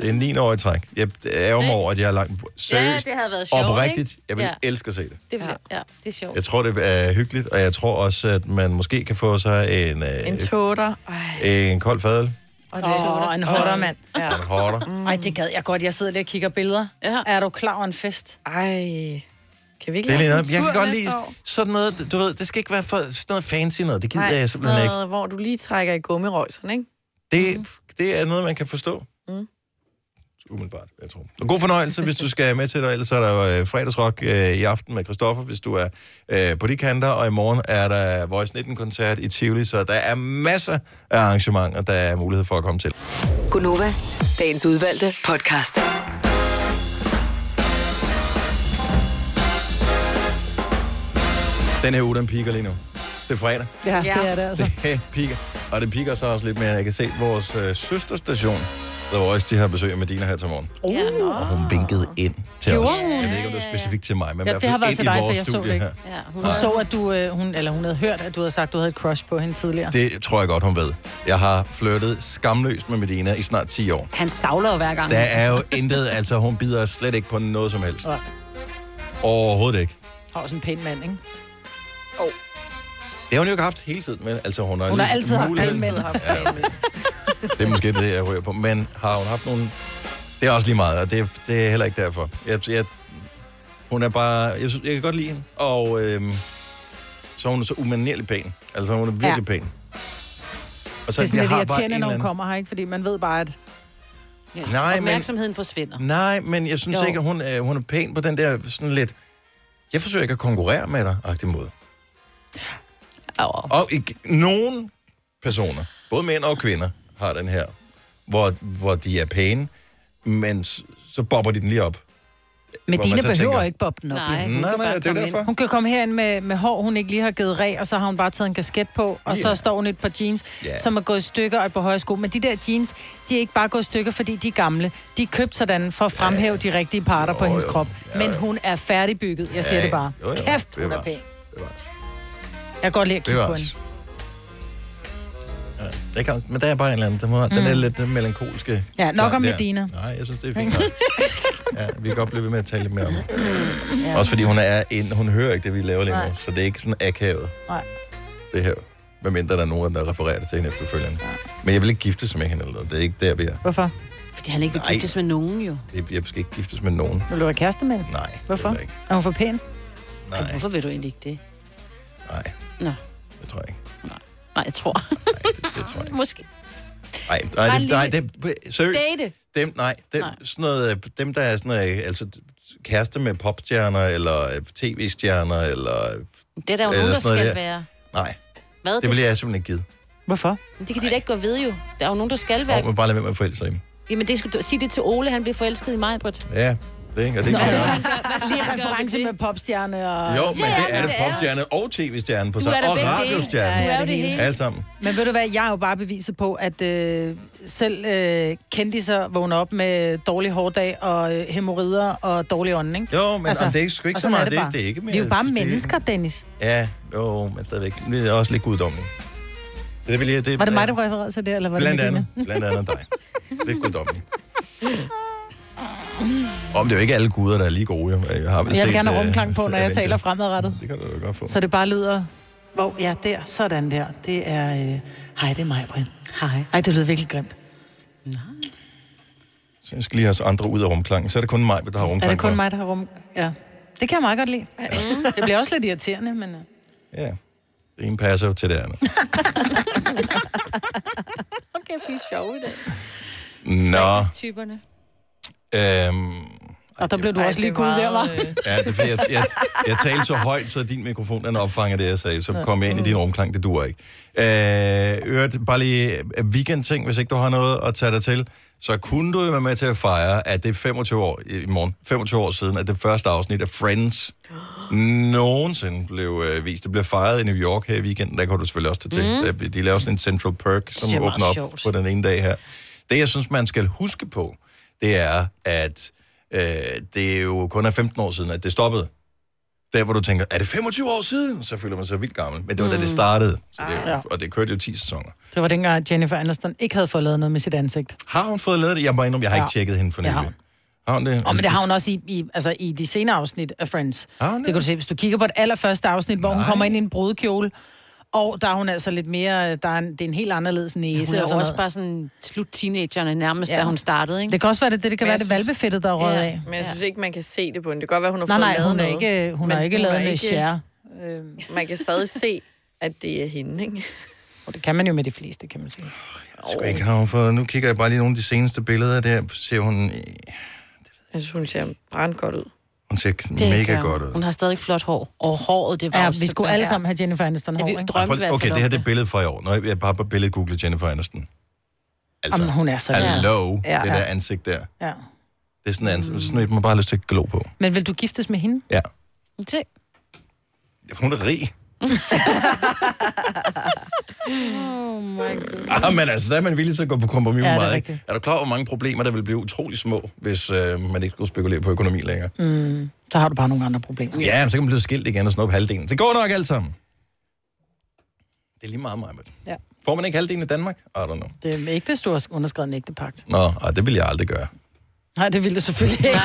Det er 9 år i træk. Jeg er mig over, at jeg er langt... Seriøst,
Ja, det havde været sjovt,
oprigtigt,
ikke?
jeg vil
Ja.
elske at se det.
Det, vil, ja. ja, det er sjovt.
Jeg tror, det er hyggeligt, og jeg tror også, at man måske kan få sig en, øh,
En tåter.
en kold fadel.
Og
det er en hotter, mand.
Ja.
En hotter.
Ej, det gad jeg godt. Jeg sidder lige og kigger billeder. Ja. Er du klar over en fest?
Ej. Kan vi ikke
Det er lidt
lave
noget,
sådan
jeg
en
kan
tur
godt
næste
lide
år?
sådan noget, du ved, det skal ikke være for sådan noget fancy noget, det gider Nej, jeg
sådan
simpelthen ikke.
noget, hvor du lige trækker i gummirøjserne, ikke?
Mhm.
Det, det er noget, man kan forstå.
Mm.
Umiddelbart, jeg tror. Og god fornøjelse, hvis du skal med til det, og ellers er der jo, øh, fredagsrock øh, i aften med Christoffer, hvis du er øh, på de kanter, og i morgen er der Voice 19-koncert i Tivoli, så der er masser af arrangementer, der er mulighed for at komme til.
Gunova, dagens udvalgte podcast.
Den her uge, den piker lige nu. Det er fredag.
Ja, det er det altså.
Det piker. Og det piker så også lidt mere. Jeg kan se vores øh, søsterstation, der var også de her besøg med Dina her til morgen.
Uh.
Og hun vinkede ind til
Gjorde
os.
hun?
Jeg ved ikke, om det var specifikt til mig, men i
Ja,
hvert
det har
fald
været
ind
til
i
dig, for
vores
jeg så
studie
det ikke.
her.
Ja,
hun,
Nej.
så, at du, øh, hun, eller hun havde hørt, at du havde sagt, at du havde et crush på hende tidligere.
Det tror jeg godt, hun ved. Jeg har flirtet skamløst med Medina i snart 10 år.
Han savler jo hver gang.
Der er jo intet, altså hun bider slet ikke på noget som helst.
Nej.
Overhovedet ikke.
Har også en pæn mand, ikke?
Det har hun jo ikke haft hele tiden, men altså hun har,
Hun har
lige
altid haft
muligheden-
pæn mænd.
Det er måske det, jeg rører på. Men har hun haft nogle... Det er også lige meget, og det, det er heller ikke derfor. Jeg, jeg, hun er bare... Jeg, synes, jeg kan godt lide hende, og øhm, så er hun så umanerligt pæn. Altså, hun er virkelig ja. pæn.
Og så, det er sådan lidt irriterende, når hun kommer her, ikke? Fordi man ved bare, at...
Ja,
Nej, men-
opmærksomheden men... forsvinder.
Nej, men jeg synes
Jo.
jo. ikke, at hun, øh, hun er pæn på den der sådan lidt... Jeg forsøger ikke at konkurrere med dig, agtig måde. Og ikke, nogen personer, både mænd og kvinder, har den her, hvor, hvor de er pæne, men s- så bobber de den lige op.
Men
Hvor man
Dina
så
behøver
tænker-
ikke boppe den op.
Nej,
jo.
hun Nej, kan nej, bare det er komme derfor. ind.
Hun kan komme herind med, med hår, hun ikke lige har givet reg, og så har hun bare taget en kasket på, og
Ja.
så står hun i et par jeans,
Ja.
som er gået i stykker og et par høje sko. Men de der jeans, de er ikke bare gået i stykker, fordi de er gamle. De er købt sådan for at fremhæve de rigtige parter på hendes krop. Men hun er færdigbygget, jeg siger
Ja,
det bare.
jo, jo.
Kæft, hun er
Bevares.
pæn. Jeg kan godt lide at kigge på
Bevares.
hende.
Det kan, men der er bare en eller anden, den, må, mm. den er lidt øh, melankolske.
Ja, nok
klang
om
der.
Medina.
Nej, jeg synes, det er fint. nok. Ja, vi kan godt blive ved med at tale lidt mere om det.
Ja.
Også fordi hun er en, hun hører ikke det, vi laver lige nu, så det er ikke sådan akavet,
Nej.
det her. Medmindre der er nogen, der refererer det til hende efterfølgende. Men jeg vil ikke giftes med hende, eller noget. det er ikke der, vi er.
Hvorfor?
Fordi han ikke vil
Nej.
giftes med nogen, jo.
Det- Jeg skal ikke giftes med nogen.
Vil du være kæreste med hende?
Nej.
Hvorfor? Er hun for pæn?
Nej.
Men hvorfor vil du egentlig ikke det?
Nej.
Nå.
Det tror jeg ikke.
Nej, jeg tror.
Nej, det, det tror jeg ikke.
Måske.
Nej, nej, det,
Bare
nej, det, seriøst.
Date.
Dem, nej, dem, nej. Sådan noget, øh, dem, der er sådan noget, øh, altså kæreste med popstjerner, eller øh, tv-stjerner, eller... øh,
Det er der jo
eller
nogen, der
sådan noget
skal være.
Nej,
Hvad?
det vil jeg simpelthen ikke give.
Hvorfor?
Men det kan de da ikke gå ved, jo. Der er jo nogen, der skal være.
Og man bare lade være med at forelske sig i dem.
Jamen, det skulle du... sige det til Ole, han blev forelsket i mig, Britt.
Ja, det, ikke, og det kan jeg også.
Lige reference med popstjerne og...
Jo, men
Ja,
det er
men
det popstjerne og tv-stjerne på
Du
sig,
er da
og
begge dele.
radiostjerne.
Du er jo det hele.
Alle sammen.
Men ved du hvad, jeg er jo bare beviset på, at øh, selv øh, kendtiser vågner op med dårlig hårdag og øh, hemorrider og dårlig ånden, ikke? Altså,
Jo, men om det er sgu ikke
og
så
sådan
meget.
er
Det-
bare.
det er ikke
Vi er
mere-
jo bare
det-
mennesker, Dennis.
Ja, jo, men stadigvæk. Det er også lidt guddommeligt. Det vil jeg, det,
Var det mig, der refererede til det, eller var
Blandt
det
andet, blandt andet dig. Lidt guddommeligt. Om det er jo ikke alle guder, der er lige gode. jo. Jeg, har vel
Jeg vil
set,
gerne have
øh,
rumklang på, når jeg
Avengers.
taler fremadrettet.
Det kan du da godt få.
Så det bare lyder... Hvor, ja, der, sådan der. Det er... Øh, hej, det er mig, Brian.
Hej.
Ej, det lyder virkelig grimt.
Så jeg skal lige have os andre ud af rumklangen. Så er det kun mig, der har
Er
rumklang
det kun
på.
mig, der har rum? Ja. Det kan jeg meget godt lide. Det bliver også lidt irriterende, men... øh,
Ja. Det ene passer jo til det andet.
Okay, vi er sjove i dag.
Nå,
Typerne.
øhm,
Og der blev du også lige gud der,
øh,
var.
øh.
ja, det er fordi, jeg, jeg, jeg talte så højt, så din mikrofon den opfanger det, jeg sagde. Så kom jeg ind i din rumklang, det duer ikke. Øh, øvrigt, bare lige øh, weekendting, hvis ikke du har noget at tage dig til. Så kunne du jo være med til at fejre, at det er 25 år i i morgen, 25 år siden, at det første afsnit af Friends nogensinde blev øh, vist. Det blev fejret i New York her i weekenden, der kan du selvfølgelig også tage til.
Mm.
Mm. Der, de laver sådan en Central Perk, som
Det er meget
åbner op
sjovt.
på den ene dag her. Det, jeg synes, man skal huske på, det er, at øh, det er jo kun er 15 år siden, at det stoppede. Der, hvor du tænker, er det 25 år siden? Så føler man sig vildt gammel. Men det var mm. da
Mm.
det startede, så det,
Ja.
ja. og det kørte jo 10 sæsoner.
Det var dengang, Jennifer Aniston ikke havde fået lavet noget med sit ansigt.
Har hun fået lavet det? Jeg må indrømme, jeg har
Ja.
ikke tjekket hende for
Det har
nylig. Har hun det? Ah,
Og men det har hun også i, i, altså, i de senere afsnit af Friends.
Har hun
Det
det?
kan du se, hvis du kigger på det allerførste afsnit, hvor Nej. hun kommer ind i en brudekjole, og der er hun altså lidt mere, der er en, det er en helt anderledes
Hun
næse.
er
og
jo
sådan
også
noget.
bare sådan slut teenagerne nærmest,
Ja.
ja. da hun startede, ikke?
Det kan også være, det, det kan
Men
være
jeg
det
synes-
valbefedtet, der er røget
Ja.
af.
Men jeg synes ikke, man kan se det på hende. Det kan godt være, hun har
Nej,
fået
nej,
lavet
hun er
noget.
ikke- hun
Men
har ikke lavet noget share.
øh, Man kan stadig se, at det er hende, ikke?
Og det kan man jo med de fleste, kan man sige.
Sgu ikke har hun fået. Nu kigger jeg bare lige nogle af de seneste billeder der. Ser hun,
Jeg synes, hun ser brandgodt ud.
hun ser
Det
mega
kan
godt ud.
Hun har stadig flot hår. Og håret, det var
Ja,
også
vi skulle
sådan-
alle sammen have Jennifer Aniston hår, ikke?
Prøv- Okay, det her det er billedet fra i år. Nå, jeg har bare billedet googlet Jennifer Aniston.
altså. Jamen, hun er så
Hello,
Ja,
ja,
ja.
det
Mm.
der ansigt der.
Ja.
Det er sådan, et ansigt, sådan et, man bare har lyst til at glo på.
Men vil du giftes med hende?
Ja.
Det.
Hun er rig.
Oh my god.
Ah, men altså, så er man villig til at gå på kompromis med
Ja, det er
meget.
rigtigt.
ikke? Er du klar over, hvor mange problemer, der ville blive utrolig små, hvis øh, man ikke skulle spekulere på økonomi længere?
Mm, så har du bare nogle andre problemer.
Ja, men så kan man blive skilt igen og snuppe halvdelen. Det går nok alt sammen. Det er lige meget mig,
Ja.
Får man ikke halvdelen i Danmark? I don't know.
Det er ikke, hvis du har underskrevet en ægtepagt.
Nå, ej, det vil jeg aldrig gøre.
Nej, det ville du selvfølgelig ikke.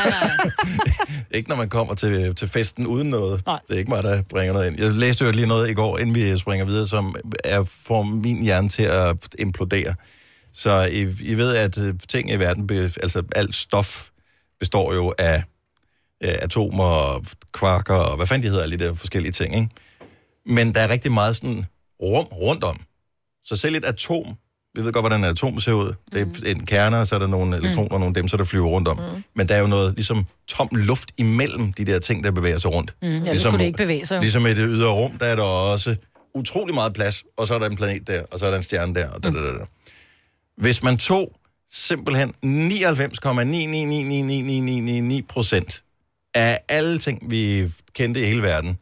Ikke når man kommer til, til festen uden noget.
Nej.
Det er ikke mig, der bringer noget ind. Jeg læste jo lige noget i går, inden vi øh, springer videre, som er, får min hjerne til at implodere. Så I, I ved, at øh, ting i verden, be, altså alt stof, består jo af øh, atomer og kvarker og hvad fanden de hedder, alle de der forskellige ting, ikke? men der er rigtig meget sådan rum rundt om. Så selv et atom, vi ved godt, hvordan et atom ser ud. Det er en kerne, og så er der nogle elektroner og nogle dem, så der flyver rundt om. Mm. Men der er jo noget ligesom tom luft imellem de der ting, der bevæger sig rundt.
Mm, ja, ligesom, kunne det ikke bevæge sig. jo.
Ligesom i det ydre rum, der er der også utrolig meget plads, og så er der en planet der, og så er der en stjerne der, og da, da, da, da. Hvis man tog simpelthen 99,99999999 procent af alle ting, vi kendte i hele verden,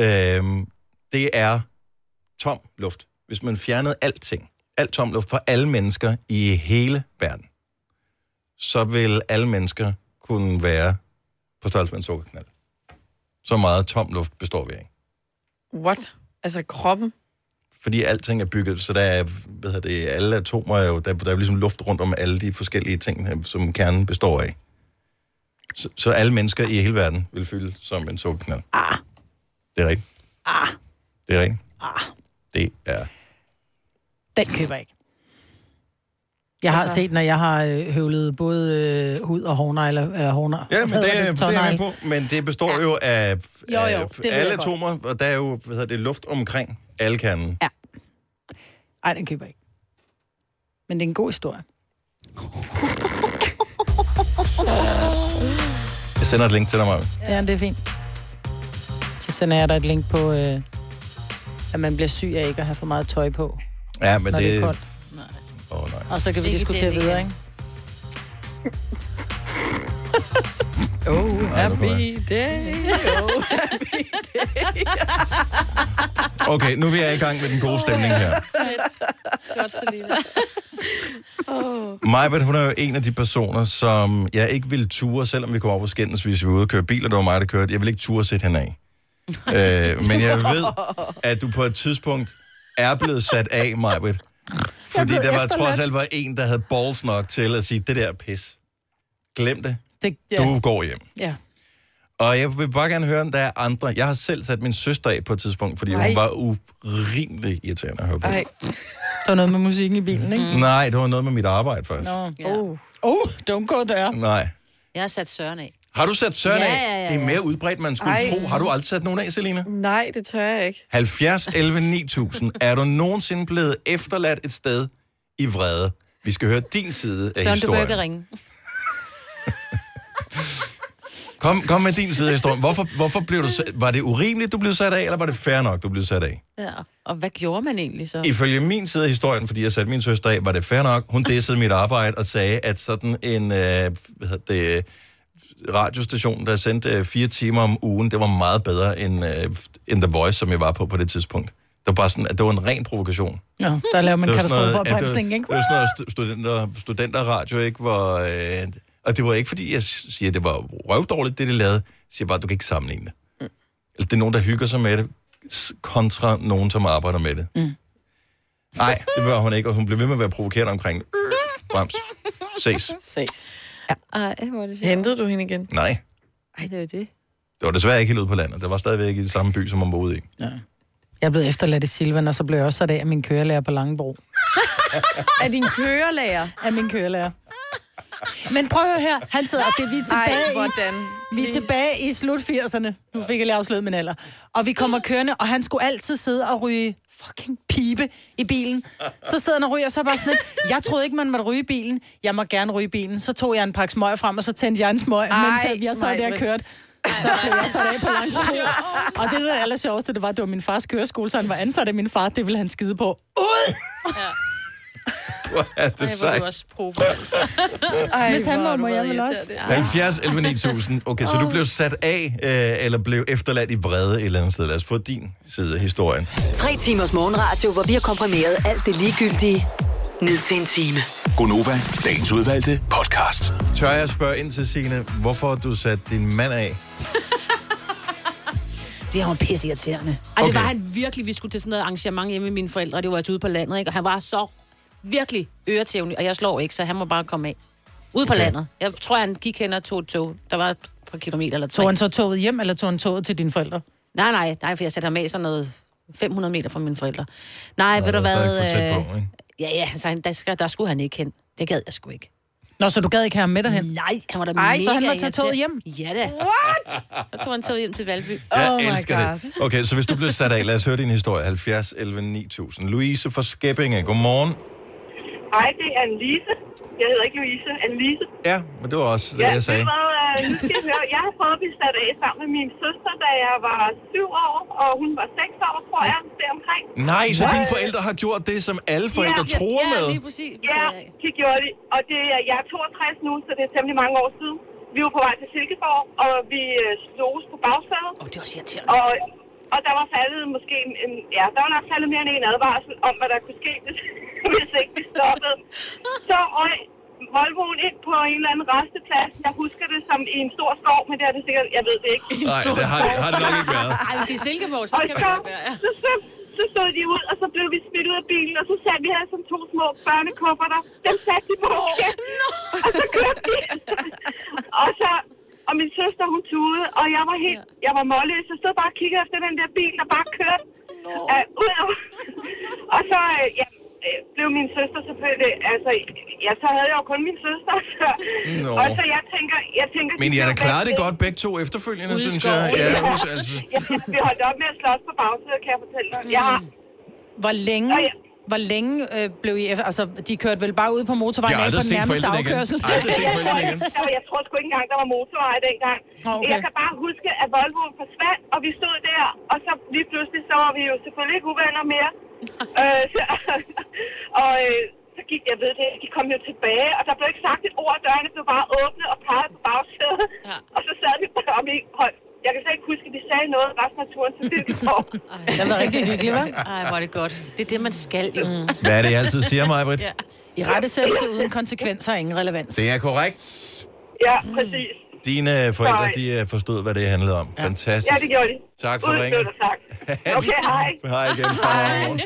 øhm, det er tom luft. Hvis man fjernede alting, alt tom luft fra alle mennesker i hele verden, så vil alle mennesker kunne være på størrelse med en sukkerknald. Så meget tom luft består vi af.
What? Altså kroppen?
fordi alting er bygget, så der er, hvad hedder det, alle atomer er jo, der, der er jo ligesom luft rundt om alle de forskellige ting, øh, som kernen består af. Så, så alle mennesker i hele verden vil fylde som en sukkerknald. Ah. Det er rigtigt.
Ah.
Det er rigtigt. Ah. Det er...
Den køber jeg ikke. Jeg har altså...
Altså-
set, når jeg har øh, høvlet både øh, hud og hårnegler, eller hårnegler.
Ja,
Hvad
men
hedder
det, er- det er jeg med
Tånegle.
på. Men det består ja. jo af,
Jo, jo,
af
det ved jeg
alle
godt.
atomer, og der er jo hvad hedder det, luft omkring alle kernen. Ja.
Ej, den køber jeg ikke. Men det er en god historie.
Jeg sender et link til dig, Maja.
Ja, det er fint. Så sender jeg dig et link på, øh, at man bliver syg af ikke at have for meget tøj på.
Ja, men
når det...
det-
er koldt.
Åh, nej.
Og så kan vi
Ikke
diskutere
den
videre,
igen.
ikke? oh,
happy
day.
Oh, happy day.
Okay, nu er jeg i gang med den gode stemning her.
Godt, Selina. Oh.
Majbert, hun er jo en af de personer, som jeg ikke ville ture, selvom vi kom op og skændes, hvis vi var ude og køre bil, og det var mig, der kørte. Jeg vil ikke ture at sætte hende af. øh, men jeg ved, at du på et tidspunkt er blevet sat af, Majbert. Fordi
blev
der var
efterladt.
trods alt var en, der havde balls nok til at sige, det der er pis. Glem det.
Det, ja.
Du går hjem.
Ja.
Og jeg vil bare gerne høre, om der er andre. Jeg har selv sat min søster af på et tidspunkt, fordi
Nej.
hun var urimelig irriterende at høre på.
Ej. Der var noget med musikken i bilen, ikke?
Mm. Nej, det var noget med mit arbejde, faktisk.
Nå. Oh. oh, don't go there.
Nej.
Jeg har sat Søren af.
Har du sat Søren
Ja,
af?
ja, ja, ja.
Det er mere udbredt, man skulle
Ej.
tro. Har du aldrig sat nogen af, Selina?
Nej, det tør jeg ikke.
70, 11, 9000. Er du nogensinde blevet efterladt et sted i vrede? Vi skal høre din side af
Søren, du behøver
historien.
ikke ringe.
kom, kom med din side af historien. Hvorfor, hvorfor blev du sat, Var det urimeligt, du blev sat af, eller var det fair nok, du blev sat af?
Ja. Og hvad gjorde man egentlig så?
Ifølge min side af historien, fordi jeg satte min søster af, var det fair nok. Hun dissede mit arbejde og sagde, at sådan en øh, hvad hedder det, radiostation, der sendte øh, fire timer om ugen, det var meget bedre end, øh, end The Voice, som jeg var på på det tidspunkt. Det var bare sådan, at det var en ren provokation.
Nå, der laver man
Det var sådan noget-
katastrofeopbremsning,
ja, det
ikke?
var- Det var sådan noget stu- studenter, studenterradio, ikke? Hvor, øh, og det var ikke, fordi jeg s- siger, at det var røvdårligt, det de lavede. Jeg siger bare, at du kan ikke sammenligne det. Mm. Det er nogen, der hygger sig med det, s- kontra nogen, som arbejder med det.
Mm.
Nej, det var hun ikke, og hun blev ved med at være provokerende omkring det. Brems. Ses.
Ses.
Ej, hvor er det sjovt.
Hentede du hende igen?
Nej,
Ej, det er jo det.
det var desværre ikke helt ude på landet. Det var stadigvæk i den samme by, som hun boede i.
Jeg blev efterladt i Silvan, og så blev jeg også sat af af min kørelærer på Langebro.
Er din kørelærer?
Af min kørelærer. Men prøv at høre her, han sidder, og det vi er tilbage
Ej,
i.
hvordan?
Vi er tilbage i slut 80'erne. Nu fik jeg lige afsløret min alder. Og vi kommer kørende, og han skulle altid sidde og ryge fucking pibe i bilen. Så sidder han og ryger, så er jeg bare sådan lidt, jeg troede ikke, man måtte ryge i bilen. Jeg må gerne ryge i bilen. Så tog jeg en pakke smøg frem, og så tændte jeg en smøg,
Ej,
mens jeg- jeg sad
nej,
der og
men-
kørte. Så blev jeg sat af på langt Og det, der er aller sjoveste, det var, at det var min fars køreskole, så han var ansat af min far. Det ville han skide på. Ud!
Hvor er det sejt.
også altså. provokeret.
Ej, Hvis han må, må jeg vel også.
70, 11, 9000. Okay, så du blev sat af, øh, eller blev efterladt i vrede et eller andet sted. Lad os få din side af historien.
Tre timers morgenradio, hvor vi har komprimeret alt det ligegyldige ned til en time.
Gonova, dagens udvalgte podcast.
Tør jeg spørge ind til Signe, hvorfor du satte din mand af?
Det er jo pisse irriterende. Ej, det
Okay.
var han virkelig. Vi skulle til sådan noget arrangement hjemme med mine forældre, og det var altså ude på landet, ikke? Og han var så virkelig øretævnig, og jeg slår ikke, så han må bare komme af. Ude på
Okay.
landet. Jeg tror, han gik hen og tog et tog. Der var et par kilometer eller tre.
Tog han så toget hjem, eller tog han toget til dine forældre?
Nej, nej, nej, for jeg satte ham af sådan noget 500 meter fra mine forældre. Nej, ved du
det er
hvad?
ikke for tæt
øh,
på, ikke?
ja, ja, altså, han- der, skal, der skulle han ikke hen. Det gad jeg sgu ikke.
Nå, så du gad ikke have ham med derhen?
Nej, han var da
Ej, så han
mega
må tage toget hjem?
Ja da. What? Så tog han toget hjem til Valby.
Jeg oh elsker det. Okay, så hvis du bliver sat af, lad os høre din historie. 70 11 9000. Louise fra Skæppinge, godmorgen.
Nej, det er Anne-Lise. Jeg hedder ikke Louise, Anne-Lise.
Ja, men det var også det, jeg sagde.
Det var, øh, nu skal jeg, høre. jeg har prøvet at blive sat af sammen med min søster, da jeg var syv år, og hun var seks år, tror jeg, deromkring.
Nej, så
Og,
dine
øh,
forældre har gjort det, som alle forældre
ja,
tror
ja,
med.
lige præcis. Ja, det gjorde de. Og det, er- jeg er 62 nu, så det er temmelig mange år siden. Vi var på vej til Silkeborg, og vi øh, sloges på bagsædet.
Åh, oh, det var også irriterende.
Og, og der var faldet måske... En, ja, der var nok faldet mere end en advarsel om, hvad der kunne ske, hvis, hvis ikke vi stoppede. Så røg Volvoen ind på en eller anden resteplads. Jeg husker det som i en stor skov, men det er det sikkert... Jeg ved det ikke.
Nej, det har, har det nok ikke været.
Ej, hvis det er Silkeborg, så
Og
kan man
så,
godt være.
så, så, så stod de ud, og så blev vi smidt ud af bilen, og så satte vi her som to små børnekufferter. Dem satte de på. No. Og så kørte de. Og så... Og min søster, hun tudede, og jeg var helt... Jeg var målløs. Jeg stod bare og kiggede efter den der bil, der bare kørte. No. Uh, ud af, og så... Uh, ja, øh, blev min søster selvfølgelig... Altså, ja, så havde jeg jo kun min søster. Så,
Nå.
Og så jeg tænker... Jeg tænker
Men
de
I har da
blev
klaret det
rigtig-
godt begge to efterfølgende,
Ude i
synes
skoven.
jeg. Ja, altså,
Ja, vi holdt op med at slås på bagsædet, kan jeg fortælle dig. Jeg har
Hvor længe, hvor længe øh, blev I... Altså, de kørte vel bare ud på motorvejen,
Jeg har
ikke på
aldrig
den
set
nærmeste
forældrene igen.
afkørsel?
Jeg har aldrig set forældrene igen.
Der var- Jeg tror sgu ikke engang, der var motorvej dengang.
okay.
Jeg kan bare huske, at Volvoen forsvandt, og vi stod der, og så lige pludselig, så var vi jo selvfølgelig ikke uvenner mere. øh, så, og øh, så gik jeg ved det, de kom jo tilbage, og der blev ikke sagt et ord, dørene blev bare åbnet og peget på bagsædet, ja. og så sad vi bare om i hold. Jeg kan slet ikke huske, at vi sagde noget resten af turen til Silkeborg.
Det var rigtig hyggeligt, hva'? Ej, hvor er det godt. Det er det, man skal jo. Mm.
Hvad er det, jeg altid siger, mig, Britt?
I rette sættelse uden konsekvenser har ingen relevans.
Det er korrekt.
Ja, præcis.
Dine forældre,
Nej.
de øh, forstod, hvad det handlede om. Fantastisk.
Ja, det gjorde de.
Tak for
Uden
ringen.
støt og tak. Okay, hej.
Hej igen. Hej.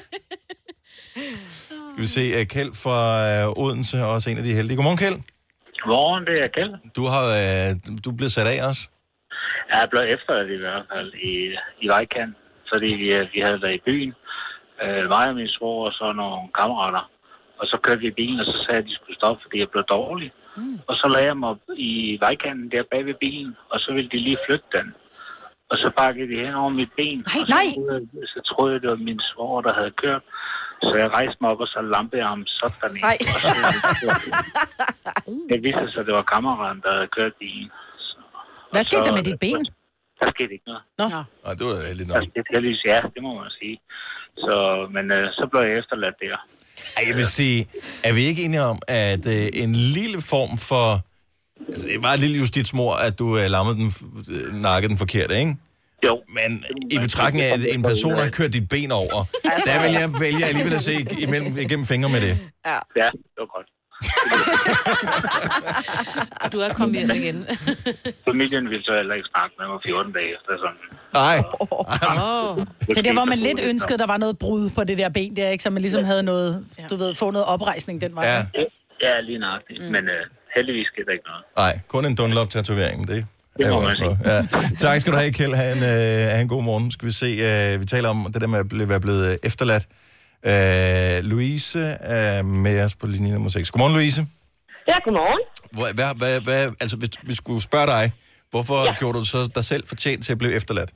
Skal vi se, uh, Kjeld fra uh, Odense er også en af de heldige. Godmorgen, Kjeld.
Godmorgen, det er Kjeld.
Du, har, uh, du blev sat af også.
Jeg blev efterladt i hvert fald i, i vejkanten, fordi vi, vi havde været i byen. Øh, mig og min svor og så nogle kammerater. Og så kørte vi i bilen, og så sagde jeg, at de skulle stoppe, fordi jeg blev dårlig. Mm. Og så lagde jeg mig op i vejkanten der bag ved bilen, og så ville de lige flytte den. Og så pakkede de hen over mit ben. Nej, og så, nej. Troede jeg, så troede jeg, det var min svor, der havde kørt. Så jeg rejste mig op, og så lampede jeg ham sådan en. Det viste sig, at det var kammeraten, der havde kørt bilen.
Hvad skete der
så-
med dit ben?
Der skete ikke noget.
Nå. Nå.
Nej, det var da heldigt
nok. Det heldigvis, ja, det må man sige. Så, men øh, så blev jeg efterladt der.
Ej, jeg vil sige, er vi ikke enige om, at uh, en lille form for... Altså, det var et lille justitsmor, at du uh, lammede den, uh, nakkede den forkert, ikke?
Jo.
Men i betragtning af, at en person har kørt dit ben over,
Altså-
der vil jeg vælge alligevel at se imellem, igennem fingre med det.
Ja. ja, det var godt.
Og du er kommet hjem igen.
Familien ville så heller ikke snakke med mig 14 dage efter sådan.
Nej.
Oh. Det er der, hvor man lidt ønskede, der var noget brud på det der ben der, ikke? Så man ligesom havde noget, du ved, få noget oprejsning den vej. Ja.
Ja, lige nøjagtigt. Mm. Men øh, heldigvis skete der ikke noget.
Nej, kun en Dunlop-tatovering, det
Det
er
må
jo
man
også noget. Ja. Tak skal du have, Kjeld. Ha' en, øh, ha en god morgen. Skal vi se, øh, vi taler om det der med at blive- være blevet øh, efterladt. Øh, Louise er med os på linje nummer 6. Godmorgen, Louise.
Ja, godmorgen.
Hvad, hvad, hvad, hvad, altså, hvis vi skulle spørge dig, hvorfor ja. gjorde du så dig selv fortjent til at blive efterladt?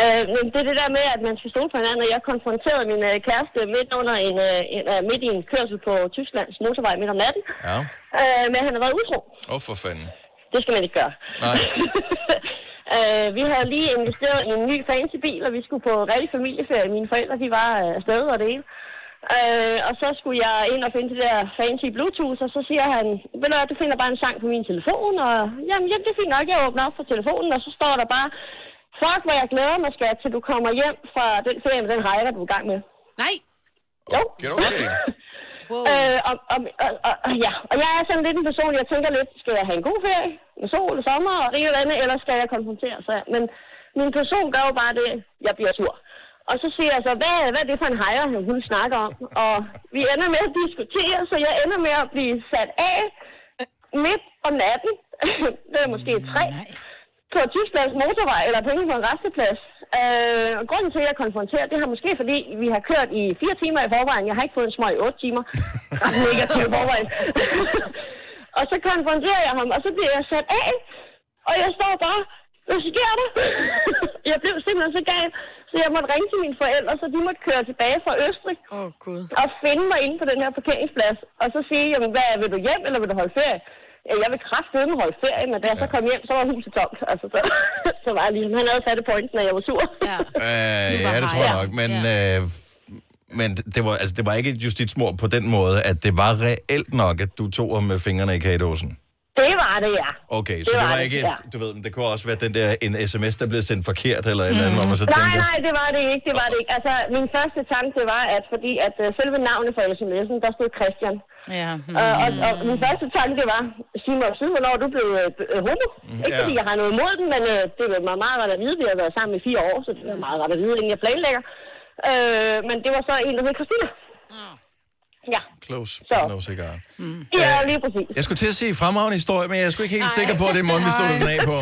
Øh, men det er det der med, at man skal stole på hinanden, og jeg konfronterede min øh, kæreste midt, under en, øh, en, øh, midt i en kørsel på Tysklands motorvej midt om natten,
Ja.
øh, med at han har været utro.
Åh, oh, for fanden.
Det skal man ikke gøre.
Nej.
øh, vi havde lige investeret i en ny fancy bil, og vi skulle på rigtig familieferie. Mine forældre, de var øh, afsted og det hele. Øh, og så skulle jeg ind og finde det der fancy bluetooth, og så siger han, ved du hvad, du finder bare en sang på min telefon, og jamen, jamen det er fint nok, jeg åbner op for telefonen, og så står der bare, fuck hvor jeg glæder mig, skat, til du kommer hjem fra den ferie med den rejder, du er i gang med.
Nej!
Jo.
Kan du okay?
Wow. Øh, og, og, og, og, og, ja. og jeg er sådan lidt en person, jeg tænker lidt, skal jeg have en god ferie med sol og sommer og det ene og det andet, eller skal jeg konfrontere sig? Men min person gør jo bare det, jeg bliver sur. Og så siger jeg så, hvad, hvad er det for en hejer, hun snakker om? Og vi ender med at diskutere, så jeg ender med at blive sat af midt om natten. det er måske tre. På Tysklands motorvej, eller på en- på en resteplads. Øh, og grunden til, at jeg konfronterer, det har måske fordi, vi har kørt i fire timer i forvejen. Jeg har ikke fået en smøg i otte timer. Ret negativ i forvejen. Og så konfronterer jeg ham, og så bliver jeg sat af. Og jeg står bare, hvad sker der? jeg blev simpelthen så gal, så jeg måtte ringe til mine forældre, så de måtte køre tilbage fra Østrig.
Åh, oh, Gud.
Og finde mig inde på den her parkeringsplads. Og så sige, jamen, hvad, vil du hjem, eller vil du holde ferie? Ja, Jeg vil kraftedeme holde ferie, men da jeg så kom hjem, så var huset tomt. Altså, så, så var jeg ligesom, han havde fattet pointen, at jeg var sur. Ja.
Øh, ja, det tror jeg nok, men... Ja. Øh, men det var, altså, det var ikke et justitsmord på den måde, at det var reelt nok, at du tog ham med fingrene i kagedåsen.
Det var det, ja.
Okay, så det var, det var ikke, et, du ved, men det kunne også være den der, en sms, der blev sendt forkert, eller et eller andet, hvor man så
nej,
tænker,
nej, det var det ikke, det var det ikke. Altså, min første tanke var, at fordi at uh, selve navnet for sms'en, der stod Christian.
Ja.
Mm. Og, og, og min første tanke var, sig mig syd, hvornår er du blev øh, øh, homo. Ikke
Mm, Ja.
fordi jeg har noget imod den, men øh, det var mig meget ret at vide. Vi har været sammen i fire år, så det var meget ret at vide, inden jeg planlægger. Øh, men det var så en, der hed Christina. Ja,
close, but no cigar.
ja, lige præcis.
Jeg skulle til at sige fremragende historie, men jeg er sgu ikke helt sikker på, at det er munden, vi slutter den af på.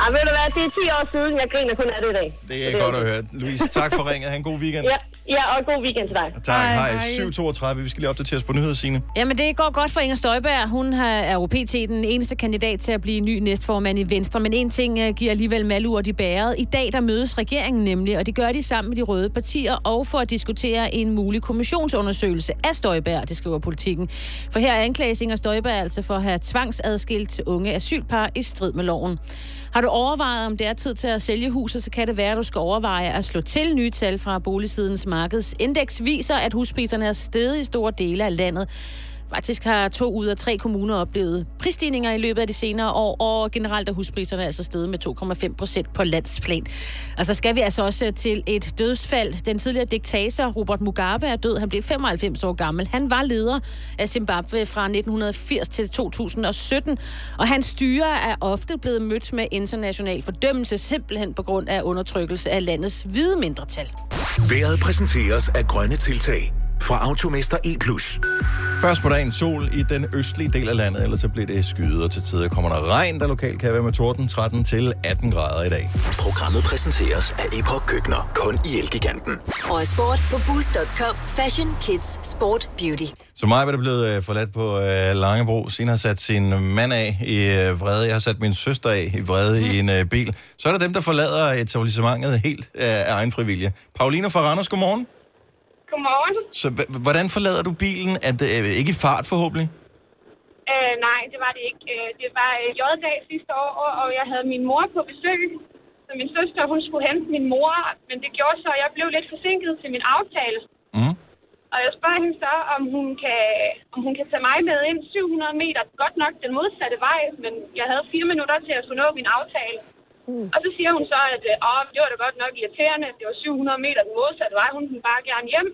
Ej, ved du hvad, det er 10 år siden, jeg griner kun af det i dag.
Det er godt at høre. Louise, tak for ringet. Ha' en god weekend.
Ja, ja, og god weekend til dig.
Tak, hej. 7.32. Vi skal lige opdatere os på nyheder, Signe.
Jamen, det går godt for Inger Støjberg. Hun har- er jo pt. den eneste kandidat til at blive ny næstformand i Venstre, men en ting øh, giver alligevel malurt i bæret. I dag, der mødes regeringen nemlig, og det gør de sammen med de røde partier, og for at diskutere en mulig kommissionsundersøgelse af Støjberg, det skriver politikken. For her anklages Inger Støjberg altså for at have tvangsadskilt unge asylpar i strid med loven. Har du overvejet, om det er tid til at sælge huset, så kan det være, at du skal overveje at slå til nye tal fra boligsidens markedsindeks viser, at huspriserne er steget i store dele af landet. Faktisk har to ud af tre kommuner oplevet prisstigninger i løbet af de senere år, og generelt er huspriserne altså steget med 2,5 procent på landsplan. Og så skal vi altså også til et dødsfald. Den tidligere diktator Robert Mugabe er død. Han blev 95 år gammel. Han var leder af Zimbabwe fra 1980 til 2017, og hans styre er ofte blevet mødt med international fordømmelse, simpelthen på grund af undertrykkelse af landets hvide mindretal.
Været præsenteres af grønne tiltag fra Automester E+.
Først på dagen sol i den østlige del af landet, ellers så bliver det skyet, og til tider kommer der regn, der lokalt kan være med torden 13 til 18 grader i dag.
Programmet præsenteres af Epoch Køkkener, kun i Elgiganten.
Og sport på boost.com. Fashion, kids, sport, beauty.
Så mig var det blevet øh, forladt på øh, Langebro. Sina har sat sin mand af i øh, vrede. Jeg har sat min søster af i vrede mm. i en øh, bil. Så er der dem, der forlader etablissementet helt øh, af egen frivillige. Paulina fra Randers, godmorgen.
Godmorgen.
Så h- hvordan forlader du bilen? Er det, øh, ikke i fart forhåbentlig?
Øh, nej, det var det ikke. Øh, det var øh, J-dag sidste år, og jeg havde min mor på besøg. Så min søster, hun skulle hente min mor, men det gjorde så, at jeg blev lidt forsinket til min aftale.
Mm.
Og jeg spørger hende så, om hun, kan, om hun kan tage mig med ind 700 meter. Godt nok den modsatte vej, men jeg havde fire minutter til at skulle nå min aftale.
Mm.
Og så siger hun så, at øh, åh, det var da godt nok irriterende. Det var 700 meter den modsatte vej. Hun ville bare gerne hjem.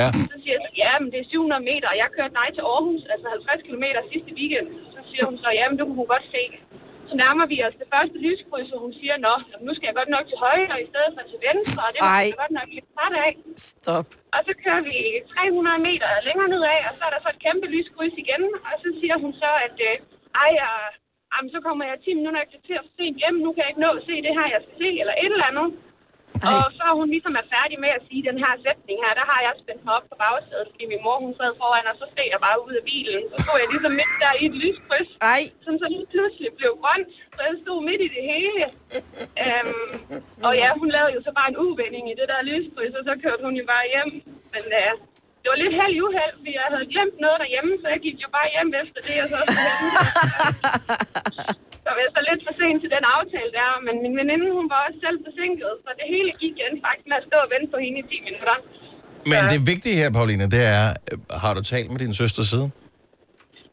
Ja.
Så siger jeg, ja, men det er 700 meter, og jeg kørte dig til Aarhus, altså 50 km sidste weekend. Så siger hun så, ja, men du kunne hun godt se. Så nærmer vi os det første lyskryds, og hun siger, nå, jamen, nu skal jeg godt nok til højre i stedet for til venstre, og det var
Ej.
jeg godt nok lidt træt af.
Stop.
Og så kører vi 300 meter længere nedad, og så er der så et kæmpe lyskryds igen, og så siger hun så, at øh, ej, og, jamen, så kommer jeg 10 minutter et kvarter for sent hjem, nu kan jeg ikke nå at se det her, jeg skal se, eller et eller andet. Ej. Og så hun ligesom er færdig med at sige den her sætning her, der har jeg spændt mig op på bagsædet, fordi min mor hun sad foran, og så steg jeg bare ud af bilen. Så stod jeg ligesom midt der i et lyskryds, Ej. som så lige pludselig blev grønt, så jeg stod midt i det hele. Øhm, og ja, hun lavede jo så bare en uvending i det der lyskryds, og så kørte hun jo bare hjem. Men øh, det var lidt held i uheld, fordi jeg havde glemt noget derhjemme, så jeg gik jo bare hjem efter det, og så skulle hjem. Så var jeg så lidt for sent til den aftale der, men min veninde, hun var også selv forsinket, så det hele gik igen faktisk med at stå og vente på hende i 10 minutter.
Men det vigtige her, Paulina, det er, øh, har du talt med din søster siden?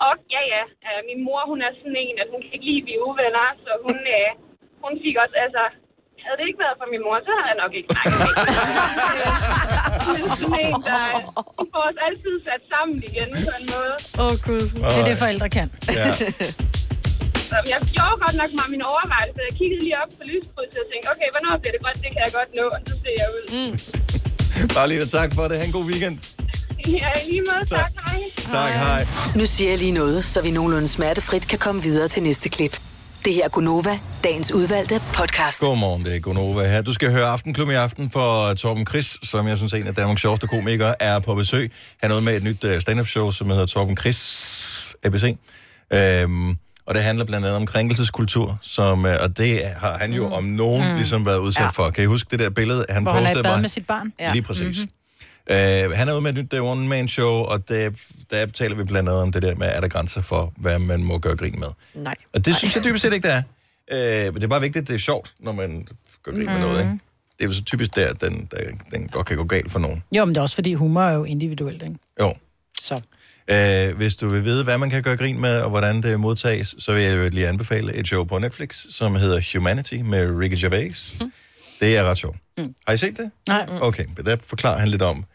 Og ja, ja, øh, min mor, hun er sådan en, at hun kan ikke lide at blive uvenner, så hun, øh, hun fik også, altså, havde det ikke været for min mor, så havde jeg nok ikke snakket med hende. Hun er sådan en, der, øh, hun får os altid sat sammen igen på en måde.
Åh, oh, Gud. Det er det, forældre kan.
Ja.
Så jeg gjorde godt nok mig min overvejelse. Jeg kiggede lige op på lyskrydset og tænkte, okay, hvornår bliver det godt, det kan jeg godt nå, og så ser jeg ud. Mm.
Bare lige tak for det. Ha' en god weekend.
Ja, i lige måde, tak, hej.
Tak, hej.
Nu siger jeg lige noget, så vi nogenlunde smertefrit kan komme videre til næste klip. Det her er Gunova, dagens udvalgte
Altså-
podcast.
Godmorgen, det er Gunova her. Du skal høre Aftenklub i aften for Torben Chris, som jeg synes er en af Danmarks sjoveste komikere, er på besøg. Han er ude med et nyt øh, stand-up show, som hedder Torben Chris ABC. Øhm, og det handler blandt andet om krænkelseskultur, som, øh, og det har han jo mm. om nogen mm.
Mm.
ligesom været udsat ja.
Ja.
for. Kan I huske det der billede, han
Hvor han
postede?
er i bad
bare-
med sit barn.
Ja. Lige præcis. Mm-hmm. Øh, han er ude med et nyt The One Man Show, og der, der taler vi blandt andet om det der med, er der grænser for, hvad man må gøre grin med.
Nej.
Og det synes jeg dybest set ikke, der er. Øh, men det er bare vigtigt, at det er sjovt, når man gør grin mm. med noget, ikke? Det er jo så typisk der, at den, der, den godt kan gå galt for nogen.
Jo, men det er også fordi, humor er jo individuelt, ikke?
Jo.
Så.
Øh, hvis du vil vide, hvad man kan gøre grin med, og hvordan det modtages, så vil jeg jo lige anbefale et show på Netflix, som hedder Humanity med Ricky Gervais. Mm. Det er ret sjovt. Mm. Har I set det?
Nej.
Okay, men der forklarer han lidt om,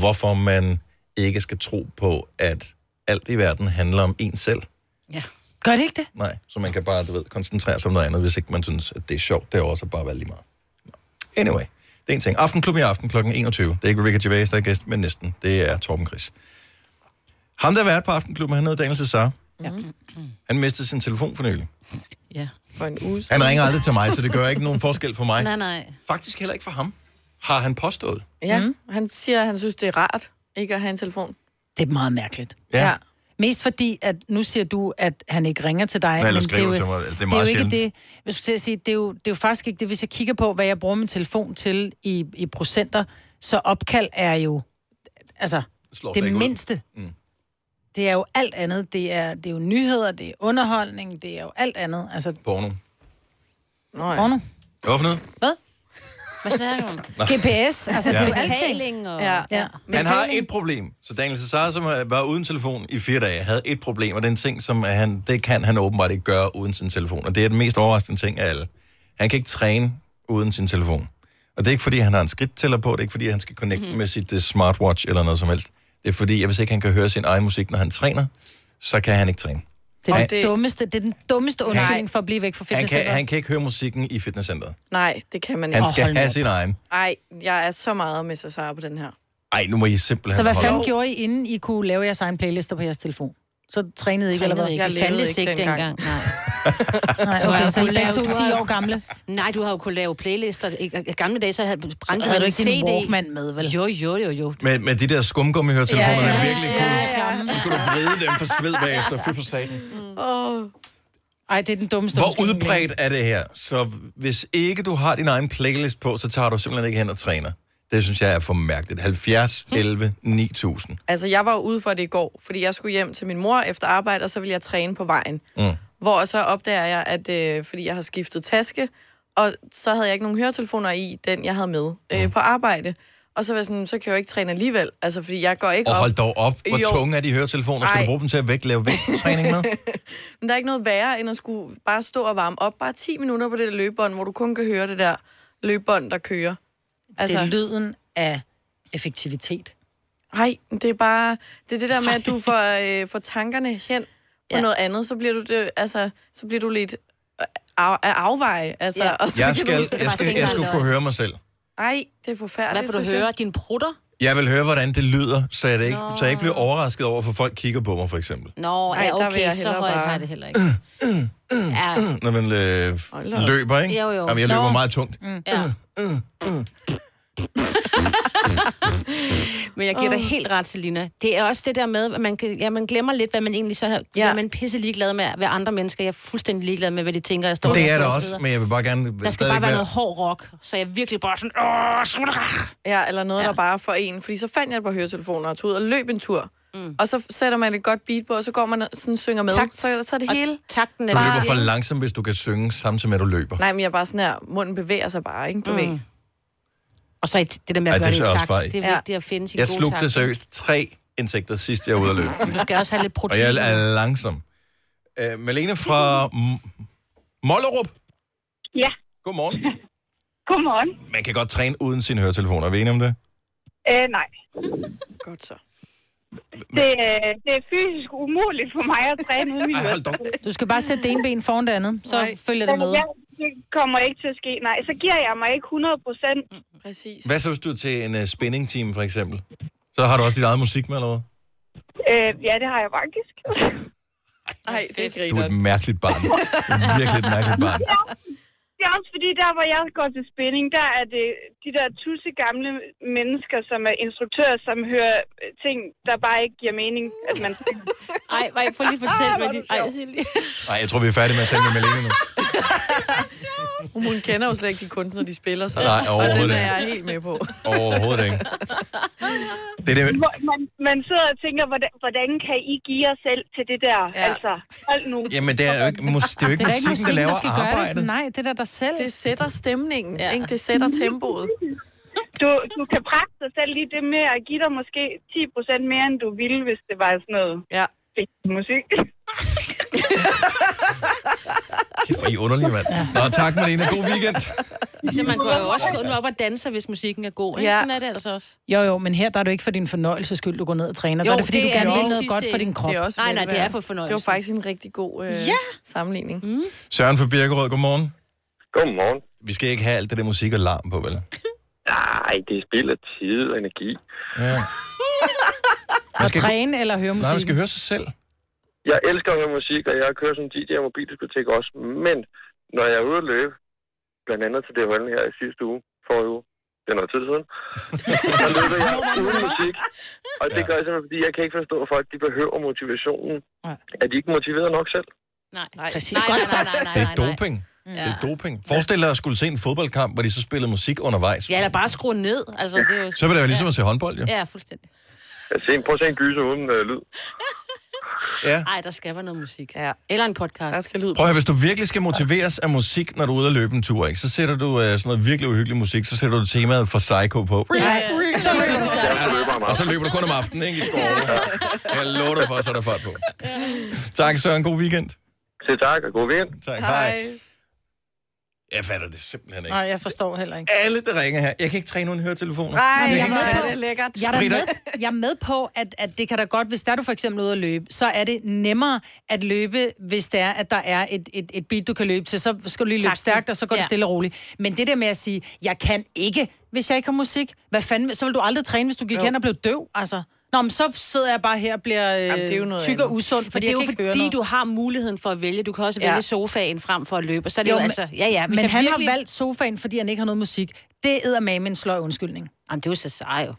hvorfor man ikke skal tro på, at alt i verden handler om en selv.
Ja.
Gør det ikke det?
Nej, så man kan bare, du ved, koncentrere sig om noget andet, hvis ikke man synes, at det er sjovt derovre, så bare være lige meget. Nå. Anyway, det er en ting. Aftenklub i aften kl. 21. Det er ikke Ricky Gervais, der er gæst, men næsten. Det er Torben Chris. Ham, der har været på Aftenklubben, han hedder Daniel Cesar.
Ja.
Mm-hmm.
Han mistede sin telefon for nylig.
Ja.
For en uge
Han
siden.
ringer aldrig til mig, så det gør ikke nogen forskel for mig.
Nej, nej.
Faktisk heller ikke for ham, har han påstået.
Ja, mm. han siger, at han synes, det er rart ikke at have en telefon.
Det er meget mærkeligt.
Ja.
ja. Mest fordi, at nu siger du, at han ikke ringer til dig.
Men ellers
det er jo,
skriver til mig. Altså, Det er
det er
meget
jo ikke
sjældent.
det. Jeg skulle til at sige, det er, jo, det er jo faktisk ikke det. Hvis jeg kigger på, hvad jeg bruger min telefon til i, i procenter, så opkald er jo altså,
Slår slet
det
ikke ud.
mindste.
Mm.
Det er jo alt andet. Det er, det er jo nyheder, det er underholdning, det er jo alt andet. Altså,
Porno.
Nå, ja. porno.
Hvad for noget?
Hvad snakker du om?
Nå.
GPS, altså
Ja.
ja. det er jo
Betaling
alting.
og-
Ja. Ja.
Han har et problem. Så Daniel Cesar, som øh, var uden telefon i fire dage, havde et problem, og den ting, som han, det kan han åbenbart ikke gøre uden sin telefon. Og det er den mest overraskende ting af alle. Han kan ikke træne uden sin telefon. Og det er ikke, fordi han har en skridttæller på, det er ikke, fordi han skal connecte
Mhm.
mm-hmm. med sit uh, smartwatch eller noget som helst. Det er fordi, at hvis ikke han kan høre sin egen musik, når han træner, så kan han ikke træne.
Det er,
han,
det... Dummeste, det er den dummeste undskyldning for at blive væk fra
han, kan,
fitnesscenteret.
han kan ikke høre musikken i fitnesscenteret.
Nej, det kan man ikke.
Han skal have sin egen.
Ej, jeg er så meget med Cesar på den her.
Ej, nu må I simpelthen
Så hvad
holde
fanden
op.
gjorde I, inden I kunne lave jeres egen playlister på jeres telefon? Så trænede I ikke, eller hvad?
Trænede ikke. Jeg
Fandtes
levede ikke dengang.
Nej,
Du har
okay,
jo
så I
kunnet
begge
lave-
to
du
10
har-
år gamle.
Nej, du har jo kunnet lave playlister. I i gamle dage, så havde, brændte
havde
man
du
en
ikke din
CD.
Walkman med, vel?
Jo, jo, jo, jo.
Med, med de der skumgummihørtelefoner, ja, ja, ja. virkelig
ja, ja.
Så skal du vride dem for sved bagefter. Fy for satan.
Mm.
Åh. Ej, det er den dummeste
Hvor
undskyldning.
udbredt er det her? Så hvis ikke du har din egen playlist på, så tager du simpelthen ikke hen og træner. Det synes jeg er for mærkeligt. 70,
Hm.
11, 9000.
Altså, jeg var jo ude for det i går, fordi jeg skulle hjem til min mor efter arbejde, og så ville jeg træne på vejen.
Mm.
Hvor så opdager jeg, at øh, fordi jeg har skiftet taske, og så havde jeg ikke nogen høretelefoner i den, jeg havde med
Mm.
øh, på arbejde. Og så var jeg sådan, så kan jeg jo ikke træne alligevel, altså fordi jeg går ikke
Og
op.
hold dog op, hvor
Jo.
tunge er de høretelefoner? Skal du
Ej.
bruge dem til at væk, lave vægttræning med?
Men der er ikke noget værre, end at skulle bare stå og varme op bare 10 minutter på det der løbebånd, hvor du kun kan høre det der løbebånd, der kører. Altså-
Altså-
Det er lyden af effektivitet.
Nej, det er bare... Det er det der med, at du får, øh, får tankerne hen på ja.
Ja.
noget andet, så bliver du, det, altså, så bliver du lidt øh, af, af afveje. Altså, ja. og så
Jeg
kan
skal,
du...
jeg skal, jeg skal kunne høre mig selv.
Ej, det er forfærdeligt.
Hvad vil du
synes jeg.
høre? Dine prutter?
Jeg vil høre, hvordan det lyder, så jeg, det ikke,
Nå.
så jeg ikke bliver overrasket over, for folk kigger på mig, for eksempel.
Nå,
Ej,
ja,
der vil
okay,
jeg
så
hellere
højt
bare-
var det heller ikke. Ja.
Når man øh,
Hm. da op.
løber, ikke?
Jo, jo.
Jamen, jeg løber
Nå.
meget tungt. Øh,
Mm. ja. Men jeg giver dig helt ret, Selina. Det er også det der med, at man, kan- ja, man glemmer lidt, hvad man egentlig så har. Ja. Man er pisse ligeglad med, hvad andre mennesker. Jeg er fuldstændig ligeglad med, hvad de tænker. Jeg står
Det
der
er
og
der
går
også,
og sveder.
men jeg vil bare gerne...
Der skal
stadig
bare være noget hård rock, så jeg virkelig bare sådan... Åh, slutter.
Ja, eller noget, ja. der bare får en. Fordi så fandt jeg et par høretelefoner og tog ud og løb en tur. Mm. Og så sætter man et godt beat på, og så går man og sådan synger med.
Takt.
Så, så er det hele...
Takten
Du løber for langsomt, hvis du kan synge, samtidig med at du løber.
Nej, men jeg er bare sådan her, munden bevæger sig bare, ikke? Du mm. ved.
Og så det der med at
Ej, det
gøre det,
synes
i
jeg også
takt.
var i.
Det er vigtigt at finde sin
Jeg
gode
slugte
takt.
seriøst tre insekter sidst, jeg var ude at løbe.
Men Du skal også have lidt
Og
protein.
jeg er langsom. Øh, Malene fra M- Mollerup.
Ja.
Godmorgen.
Godmorgen.
Man kan godt træne uden sine høretelefoner. Er vi enige om det?
Øh, nej.
Godt så.
Det, øh, det er fysisk umuligt for mig at træne uden min hørsel.
Du skal bare sætte det ene ben foran det andet, så Nej. følger det med.
Ja, det kommer ikke til at ske. Nej, så giver jeg mig ikke 100 procent.
Mm,
Præcis.
Hvad så, hvis du er til en uh, spinning team, for eksempel? Så har du også dit eget musik med, eller hvad?
Øh, ja, det har jeg faktisk.
Nej, det er
Du er et mærkeligt barn. Du er virkelig et mærkeligt barn.
Ja, det er også fordi, der hvor jeg går til spinning, der er det de der tusse gamle mennesker, som er instruktører, som hører øh, ting, der bare ikke giver mening, at man... Ah,
Ej, nej, prøv lige at fortælle mig dit... Ej, Silje.
Nej, jeg tror, vi er færdige med at tale med Malene nu.
Hun, hun kender jo slet ikke de kunstnere, de spiller, så
Nej,
Og den
overhovedet
er
ikke.
jeg helt med på.
Overhovedet ikke. Det er det,
Hvor Man, man sidder og tænker, hvordan, hvordan kan I give jer selv til det der? Ja. Altså, hold nu.
Jamen, det er jo ikke, mus, det er jo ikke
da
musikken, der laver arbejdet.
det. Nej, det er da dig selv.
Det sætter stemningen, ja. ikke? Det sætter tempoet.
Du, du kan pragte dig selv lige det med at give dig måske 10% mere, end du ville, hvis det var sådan noget
ja.
musik.
Kæft, hvor er I underlige, mand. Nå, tak, Malene. God weekend.
Så Altså, man går jo også kun op og danser, hvis musikken er god. Ikke?
Ja.
Ja. Sådan er det altså også.
Jo, jo, men her der er du ikke for din fornøjelses skyld, du går ned og træner. Jo, der er det, fordi du gerne vil noget godt for din krop.
nej, nej, det er for fornøjelse.
Det var faktisk en rigtig god øh,
Ja.
ja. sammenligning. Mm.
Søren fra Birkerød, godmorgen.
Godmorgen.
Vi skal ikke have alt det der musik og larm på, vel?
Nej, det er spild af tid og energi.
Ja.
at træne eller høre musik.
Nej, man skal
høre sig selv.
Jeg elsker at høre musik, og jeg kører som DJ og mobildiskotek også. Men når jeg er ude at løbe, blandt andet til det hold her i sidste uge, forrige uge, det er noget tid siden, så løber jeg uden musik. Og det gør jeg simpelthen, fordi jeg kan ikke forstå, at folk de behøver motivationen. Er de ikke motiveret nok selv?
Nej,
præcis.
Nej, nej,
Godt
nej,
sagt.
nej, nej, nej.
Det
Mm.
er doping. Det er doping. Forestil dig at skulle se en fodboldkamp, hvor de så spillede musik undervejs.
Ja, eller bare skrue ned. Altså, det er jo...
Så vil det jo ligesom at se håndbold, jo.
Ja, ja fuldstændig.
Altså, prøv at se en gyser uden øh, lyd.
Ja.
Ej, der skal være noget musik. Ja. Eller en podcast. Der
skal lyd.
Prøv at høre, hvis du virkelig skal motiveres af musik, når du er ude og løbe en tur, ikke? så sætter du øh, sådan noget virkelig uhyggelig musik, så sætter du temaet for Psycho på.
Så løber du
Ja, og så løber du kun om aftenen, ikke? I skoven. Jeg lover dig for, så er der fart på. Tak, Søren. God weekend.
Så tak, og god weekend.
Tak, hej. Jeg fatter det simpelthen ikke.
Nej, jeg forstår heller ikke.
Alle, der ringer her. Jeg kan ikke træne uden høretelefoner.
Nej, jeg,
jeg kan
er
ikke
med
træne.
på,
det er lækkert.
Jeg er, da
Spritter.
med, jeg er med på, at, at det kan da godt, hvis der er du for eksempel ude at løbe, så er det nemmere at løbe, hvis det er, at der er et, et, et beat, du kan løbe til. Så skal du lige løbe
Takten.
stærkt, og så går ja.
Ja.
det stille og roligt. Men det der med at sige, jeg kan ikke, hvis jeg ikke har musik, hvad fanden, så vil du aldrig træne, hvis du gik
Jo.
hen og blev døv, altså. Nå, men så sidder jeg bare her og bliver øh,
Jamen, det er jo noget
tyk
andet.
og usund,
Men
fordi
det er
jeg
jo
kan ikke høre
fordi,
noget.
du har muligheden for at vælge. Du kan også
Ja.
vælge sofaen frem for at løbe. Så er det jo, jo
men-
altså... Ja, ja.
men han virkelig... har valgt sofaen, fordi han ikke har noget musik. Det æder med en sløj undskyldning.
Jamen, det er jo så sej, jo.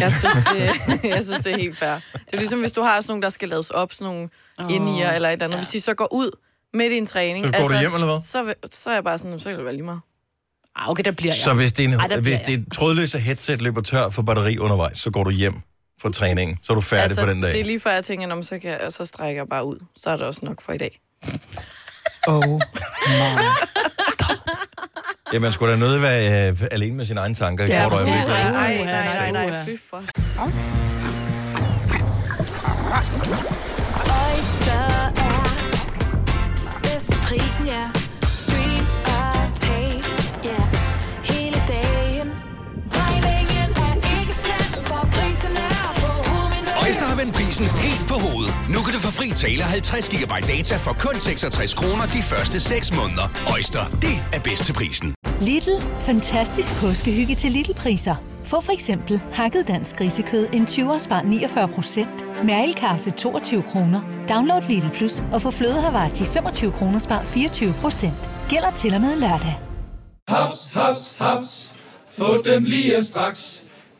Jeg synes, det, jeg synes, det er helt fair. Det er ligesom, hvis du har sådan nogle, der skal lades op, sådan nogle oh, indenier eller et eller andet. Ja. Hvis de så går ud midt i en træning... altså,
Så går du hjem, eller hvad?
Så, vil- så er jeg bare sådan, så kan det være lige meget.
Ah, okay, der bliver
Så hvis din,
Ej, der
hvis
bliver
dit trådløse headset løber tør for batteri undervejs, så går du hjem fra træningen. Så er du færdig altså, for den dag.
det er lige før, jeg tænker, "Nå, men så, kan jeg, og så strækker jeg bare ud. Så er det også nok for i dag.
Oh my
Jamen, skulle da nødt være øh, alene med sine egne tanker.
Ja,
Ja, kort øjeblik.
præcis. Ej, nej, nej, nej, fy for.
Oyster er bedst til prisen, ja. Stream og tag, ja. Hele dagen. Regningen er ikke slem, for prisen er på hovedet.
Øjster har vendt prisen helt på hovedet. Nu kan du få fri tale 50 GB data for kun 66 kroner de første 6 måneder. Øjster, det er bedst til prisen.
Lidl. Fantastisk påskehygge til Lidl-priser. Få for eksempel hakket dansk grisekød en 20 spar 49 procent, mælkekaffe 22 kroner. Download Lidl Plus og få flødehavar til 25 kroner spar 24 procent. Gælder til og med lørdag.
Haps, haps, haps. Få dem lige straks.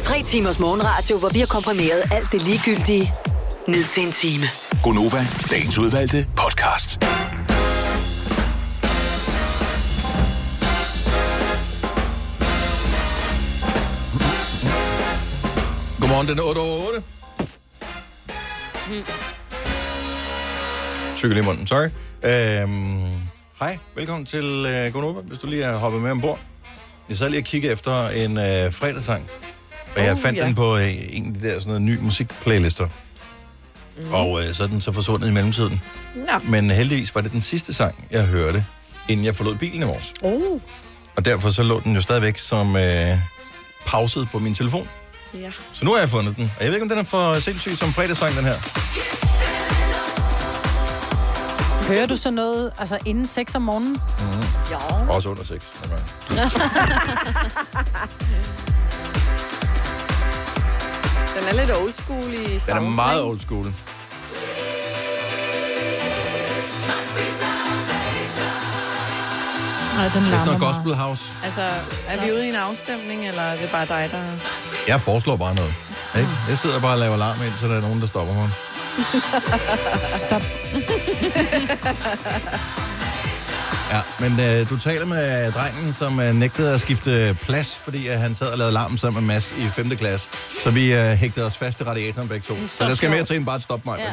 Tre timers morgenradio, hvor vi har komprimeret alt det ligegyldige ned til en time.
Gonova, dagens udvalgte podcast.
Godmorgen, den er 8 over 8. Cykel i munden, sorry. Øhm, hej, velkommen til øh, Gonova, hvis du lige er hoppet med ombord. Jeg sad lige og kiggede efter en øh, fredagssang, og jeg
Oh,
fandt
ja.
den på øh, en af de der sådan noget, nye musikplaylister. Mm-hmm. Mm. Og øh, så er den så forsvundet i mellemtiden.
Nå.
Men heldigvis var det den sidste sang, jeg hørte inden jeg forlod bilen i morges.
Oh.
Og derfor så lå den jo stadigvæk som øh, pauset på min telefon.
Ja.
Så nu har jeg fundet den. Og jeg ved ikke, om den er for sindssyg som fredagssang, den her.
Hører du så noget, altså inden 6 om morgenen?
Mm.
Jo.
Også under 6.
Den er lidt old school i
Den er
sound,
meget
ikke?
old school.
Nej, den
Det er
larmer
sådan noget
meget.
gospel house.
Altså, er vi ude i en afstemning, eller er det bare dig, der...
Jeg foreslår bare noget. Ikke? Jeg sidder bare og laver larm ind, så der er nogen, der stopper mig.
Stop.
Ja, men øh, du taler med drengen, som øh, nægtede at skifte plads, fordi øh, han sad og lavede larm sammen med Mads i 5. klasse. Så vi øh, hægtede os fast i radiatoren begge to.
Det er
Så,
så
der skal
sjovt.
mere til end bare at stoppe mig. Ja.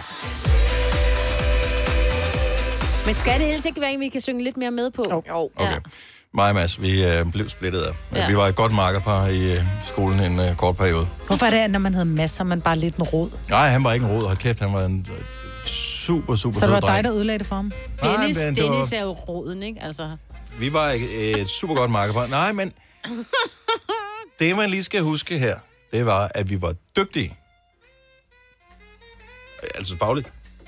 Men skal det helst ikke være en, vi kan synge lidt mere med på? Jo. Ja. Okay.
Mig og Mads, vi øh, blev splittet af. Ja.
Ja.
Vi var et godt makkerpar i øh, skolen en øh, kort periode.
Hvorfor er det, at når man hedder Mads, så er man bare lidt en rod?
Nej, han var ikke en rod. Hold kæft, han var en øh, super, super
Så det
fed
var
dreng.
dig, der ødelagde det for ham?
Nej,
Dennis,
men det var-
Dennis er jo roden, ikke? Altså.
Vi var et, et super godt makkerpar. Nej, men det, man lige skal huske her, det var, at vi var dygtige. Altså fagligt.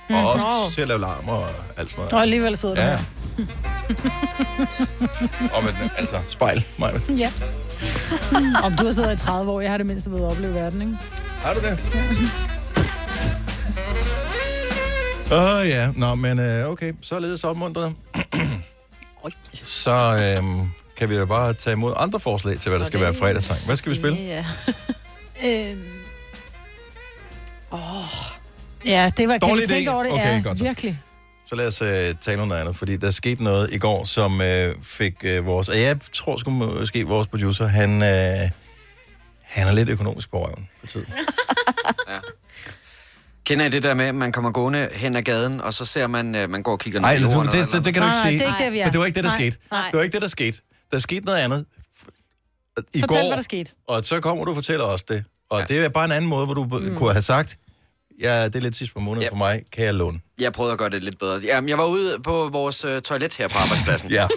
Og
Mm.
også
Nå.
til at lave larm og alt sådan noget.
Og alligevel sidder du
ja.
her.
Og med, altså, spejl. Maja.
Ja. Om du har siddet her i 30 år, jeg har det mindste ved at opleve verden, ikke?
Har du det? Åh oh, ja, nå, men øh, okay, således opmuntret. Så øh, kan vi da bare tage imod andre forslag til, hvad der skal være fredagssang. Hvad skal vi spille?
Ja.
øhm. oh. Ja, det var... Kan
Dårlig
vi tænke
idé.
over det?
Okay,
ja,
godt så.
virkelig.
Så lad os øh, tale om noget andet, fordi der skete noget i går, som øh, fik øh, vores... Og jeg tror sgu måske, vores producer, han, øh, han er lidt økonomisk på røven for tiden.
Kender I det der med, at man kommer gående hen ad gaden, og så ser man, øh, man går og kigger ned
Nej,
i jorden?
det,
eller
det, det, det kan du ikke
noget?
sige. For det var ikke det, der skete.
nej.
Det var ikke det, der skete. Der skete noget andet i
Fortæl,
går,
hvad der skete.
og så kommer du og fortæller os det. Og det er bare en anden måde, hvor du mm.
Mm.
kunne have sagt, ja, det er lidt sidst på måneden for mig, kan jeg låne?
Jeg prøvede at gøre det lidt bedre. Jamen, jeg var ude på vores øh, toilet her på arbejdspladsen.
ja.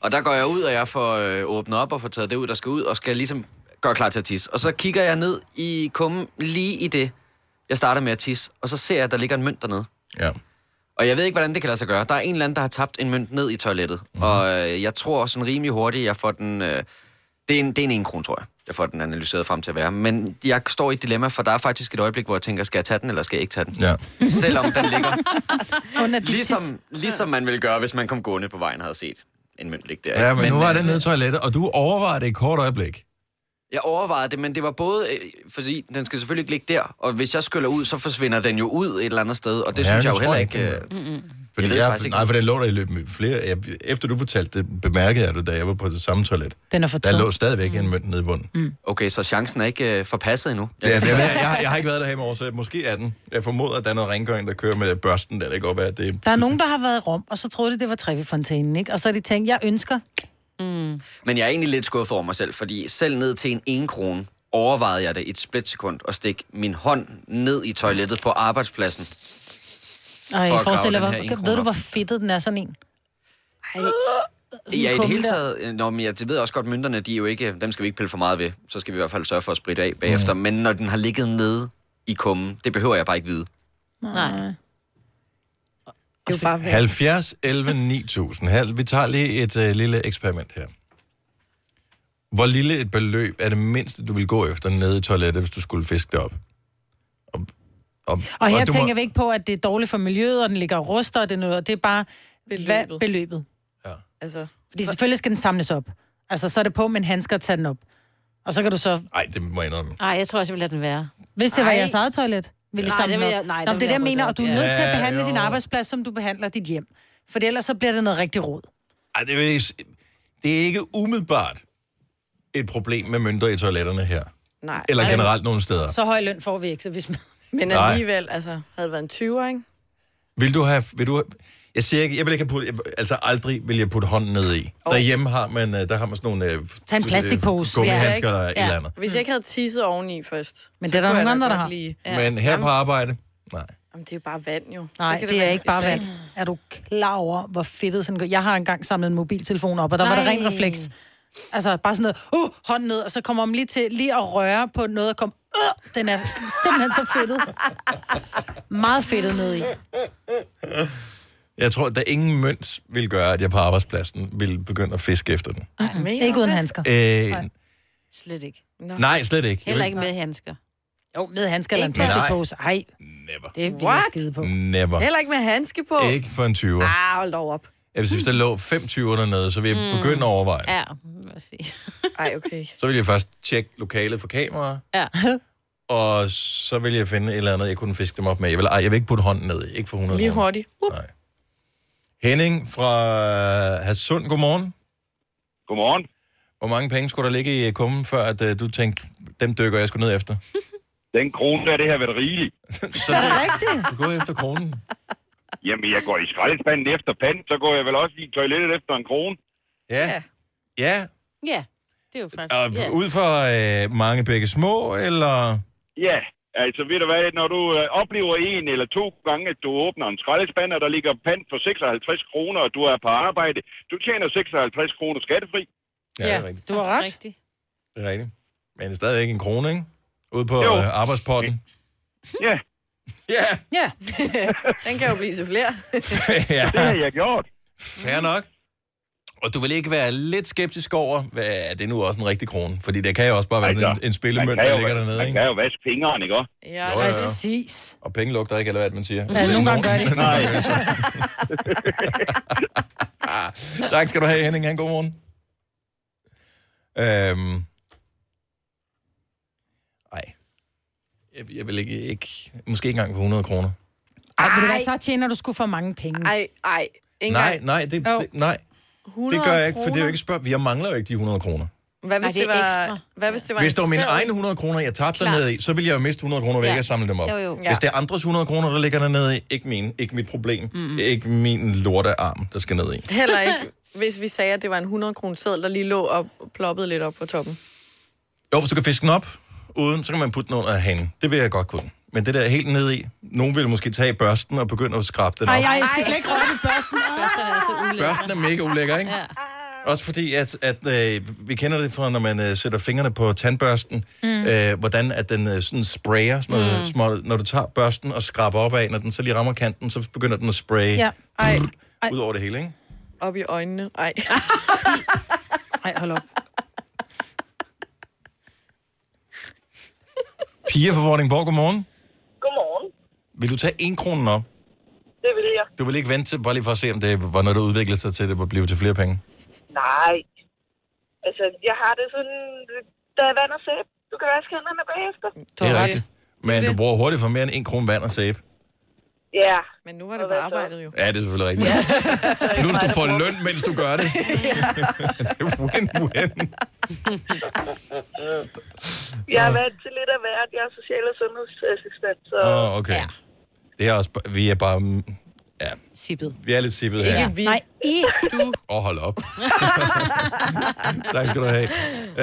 Og der går jeg ud, og jeg får øh, åbnet op og får taget det ud, der skal ud, og skal ligesom gøre klar til at tisse. Og så kigger jeg ned i kummen lige i det, jeg starter med at tisse, og så ser jeg, at der ligger en mønt dernede.
Ja.
Og jeg ved ikke, hvordan det kan lade sig gøre. Der er en eller anden, der har tabt en mønt ned i toilettet. Mm-hmm.
Mhm.
Og øh, jeg tror sådan rimelig hurtigt, jeg får den... Øh, det, er en, det er en en kron, tror jeg. Jeg får den analyseret frem til at være. Men jeg står i et dilemma, for der er faktisk et øjeblik, hvor jeg tænker, skal jeg tage den, eller skal jeg ikke tage den?
Ja.
Selvom den ligger...
Under dit
ligesom, ligesom man ville gøre, hvis man kom gående på vejen og havde set en mønt ligge der.
Ja, men, men nu var
øh,
det nede i toilettet, og du overvejede det i et kort øjeblik.
Jeg overvejede det, men det var både, øh, fordi den skal selvfølgelig ikke ligge der, og hvis jeg skyller ud, så forsvinder den jo ud et eller andet sted, og det
Ja,
ja, synes
det
jeg jo
tror
heller
jeg
ikke...
ikke,
øh,
den
Jeg
Fordi
ved
jeg,
faktisk ikke-
nej, for den lå der i løbet af flere... Jeg, efter du fortalte det, bemærkede jeg det, da jeg var på det samme toilet.
Den er for
Der
tung.
lå stadigvæk mm. en mønt nede i bunden.
Okay, så chancen er ikke øh, forpasset endnu.
Ja, altså, jeg, jeg, jeg, jeg, har ikke været der i morgen, så måske er den. Jeg formoder, at der er noget rengøring, der kører med børsten der. Det kan godt være, at det...
Der er nogen, der har været i Rom, og så troede de, det var Trevi-fontænen, ikke? Og så har de tænkt, jeg ønsker... Mm.
Men jeg er egentlig lidt skuffet over mig selv, fordi selv ned til en 1 krone overvejede jeg det i et splitsekund at stikke min hånd ned i toilettet på arbejdspladsen.
Ej,
For at grave
forestil dig,
den
hvor,
her en
ved
kroner
du, hvor
op.
fedtet den er, sådan en? Ej.
Ja, i det hele taget... øh, Nå, men jeg det ved jeg også godt, mønterne, de er jo ikke, dem skal vi ikke pille for meget ved. Så skal vi i hvert fald sørge for at spritte af bagefter.
Mm.
Men når den har ligget nede i kummen, det behøver jeg bare ikke vide.
Nej.
Det er jo bare værd.
70, 11, 9000. Her, vi tager lige et øh, lille eksperiment her. Hvor lille et beløb er det mindste, du vil gå efter nede i toilettet, hvis du skulle fiske det op? Og, og,
Og her
du
tænker vi ikke på, at det er dårligt for miljøet, og den ligger og ruster, og det er noget, og det er bare beløbet. Hvad, beløbet.
Altså,
Fordi selvfølgelig skal den samles op. Altså, så er det på med en handsker at tage den op. Og så kan du så...
Nej, det må jeg indrømme.
Nej, jeg tror også, jeg vil lade den være.
Hvis det var
Ej.
jeres eget toilet, ville I
Nej,
samle
det vil
den op.
jeg- nej,
Nå,
det
men
vil
det er det, jeg
jeg
mener,
rydde
og
op,
du er
ja.
nødt til at
Ja,
behandle
jo.
din arbejdsplads, som du behandler dit hjem. For ellers så bliver det noget rigtig rod.
Ej, det, er, jo ikke- det er ikke umiddelbart et problem med mønter i toiletterne her.
nej.
Eller generelt nogle steder.
Så høj løn får vi ikke, så hvis man...
Men
Nej.
alligevel, altså, havde det været en 20'er, ikke?
Vil du have... Vil du have jeg siger ikke, jeg vil ikke have puttet, jeg- altså aldrig vil jeg putte hånden ned i. Oh. Derhjemme har man, øh, der har man sådan nogle... øh,
Tag en plastikpose.
øh,
Hvis jeg
Gummihandsker
ikke-
eller ja. et eller andet.
Hvis jeg ikke havde tisset oveni først.
Men
så
det er der
kunne
nogle
jeg da
andre, der
godt
har.
Lige...
Ja. Men her på arbejde, nej.
Jamen, det er jo bare vand jo. Så
Nej,
kan
det,
være
det er ikke bare vand.
interessant.
Er du klar over, hvor fedtet sådan går? Jeg har engang samlet en mobiltelefon op, og der Nej. var der
Nej.
ren refleks. Altså bare sådan noget, uh, hånden ned, og så kommer man lige til lige at røre på noget, og kom, uh, den er simpelthen så fedtet. Meget fedtet ned i.
Jeg tror, at der ingen mønt vil gøre, at jeg på arbejdspladsen vil begynde at fiske efter den.
Ikke uden handsker.
Øh,
Slet ikke.
Nå.
nej, slet ikke. Jeg
Heller
vil-
ikke med handsker.
Jo, med handsker
eller
en
plastikpose.
Ej,
Never.
det vil
What?
jeg skide på.
Never.
Heller ikke med handske på.
Ikke for en 20'er.
Ah, hold dog op.
Jeg vil sige, hvis der lå 25 under nede, så ville jeg
Mm.
begynde at overveje.
Ja, lad os se.
Ej, okay.
Så ville jeg først tjekke lokalet for kameraer,
Ja.
og så ville jeg finde et eller andet, jeg kunne fiske dem op med. Jeg vil, ej, jeg vil ikke putte hånden ned, i. ikke for 100
Lige
kroner.
hurtigt. Up.
Henning fra Hadsund, godmorgen.
Godmorgen.
Hvor mange penge skulle der ligge i kummen, før at, øh, du tænkte, dem dykker jeg sgu ned efter?
Den krone der, det har været rigeligt.
så
er det rigtigt?
Du går efter kronen.
Jamen, jeg går i skraldespanden efter pand, så går jeg vel også i toilettet efter en krone.
Ja. Ja,
Ja, det er jo faktisk...
Altså,
og
ja.
ud for øh, mange begge små, eller...
Ja, altså ved du hvad, når du øh, oplever en eller to gange, at du åbner en skraldespand, og der ligger pand for 56 kroner, og du er på arbejde, du tjener 56 kroner skattefri.
Ja, det er rigtigt.
Du har ret.
Det er rigtigt. Men det er stadigvæk en krone, ikke? Ude på
Jo.
øh, arbejdspotten.
Ja.
Ja.
Ja.
Den kan jo blive til flere.
ja. Det
har jeg gjort.
Fair nok. Og du vil ikke være lidt skeptisk over, hvad er det nu også en rigtig krone? Fordi det kan jo også bare være sådan en, en spillemønt,
man kan
der
jo-
ligger dernede,
man
ikke?
kan jo vaske fingrene, ikke også?
Ja,
Jo, jo, jo.
præcis.
Og penge lugter ikke, eller hvad man siger.
Ja, nogle gange gør det.
Nej. tak skal du have, Henning. Han, god morgen. Øhm. Ej. Jeg, jeg vil ikke, ikke, måske ikke engang for 100 kroner.
Ej, ved du hvad, så tjener du sgu for mange penge.
Ej, ej.
Nej, nej, det,
Jo.
det, nej. det
100
gør jeg ikke, for det er jo
kroner?
ikke et spørg. Jeg mangler jo ikke de 100 kroner.
Hvad hvis
Nej,
det
det er
var...
ekstra.
Hvad hvis det var
Hvis det var mine
en
egne 100 kroner, jeg tabte
Klart.
ned i, så ville jeg jo miste 100 kroner, ved
Ja.
ikke at samle dem op.
Jo, jo.
Hvis det er andres 100 kroner, der ligger dernede i, ikke min, ikke mit problem. Mm. Ikke min lortearm, der skal ned i.
Heller ikke, hvis vi sagde, at det var en 100 kroner seddel, der lige lå og ploppede lidt op på toppen.
Jo, hvis du kan fiske den op uden, så kan man putte den under hanen. Det vil jeg godt kunne. Men det der helt ned i, nogen vil måske tage børsten og begynde at skrabe den op.
Ej, ej, jeg skal slet ikke røre ved børsten.
Børsten er så ulækker.
Børsten er mega ulækker, ikke?
Ja.
Også fordi, at, at øh, vi kender det fra, når man øh, sætter fingrene på tandbørsten, mm.
Mm.
øh, hvordan at den øh, sådan sprayer, sådan noget, mm.
Mm.
små, når du tager børsten og skraber op af, når den så lige rammer kanten, så begynder den at spraye
Ja.
ja.
Ej, ej.
ud over det hele, ikke?
Op i øjnene. Ej.
Ej, hold op.
Pia fra Vordingborg, godmorgen.
Godmorgen.
Vil du tage en kronen op?
Det vil jeg.
Du vil ikke vente til, bare lige for at se, om det var noget, der udviklede sig til, at det var blive til flere penge.
Nej. Altså, jeg har det sådan, der er vand og sæbe. Du kan vaske hænderne bagefter.
Det er rigtigt. Men du bruger hurtigt for mere end en krone vand og sæbe.
Ja.
Men nu var det på arbejdet jo.
Ja, det er selvfølgelig rigtigt. Ja. Plus du får løn, mens du gør det. det er win-win.
Jeg er vant til lidt af hvert. Jeg er social- og sundhedsassistent, så...
Åh, oh, okay. Ja. Det er også, vi er bare... mm, Ja.
Sippet.
Vi er lidt sippet her.
vi. Nej, I, du.
Åh, oh, hold op. tak skal du have.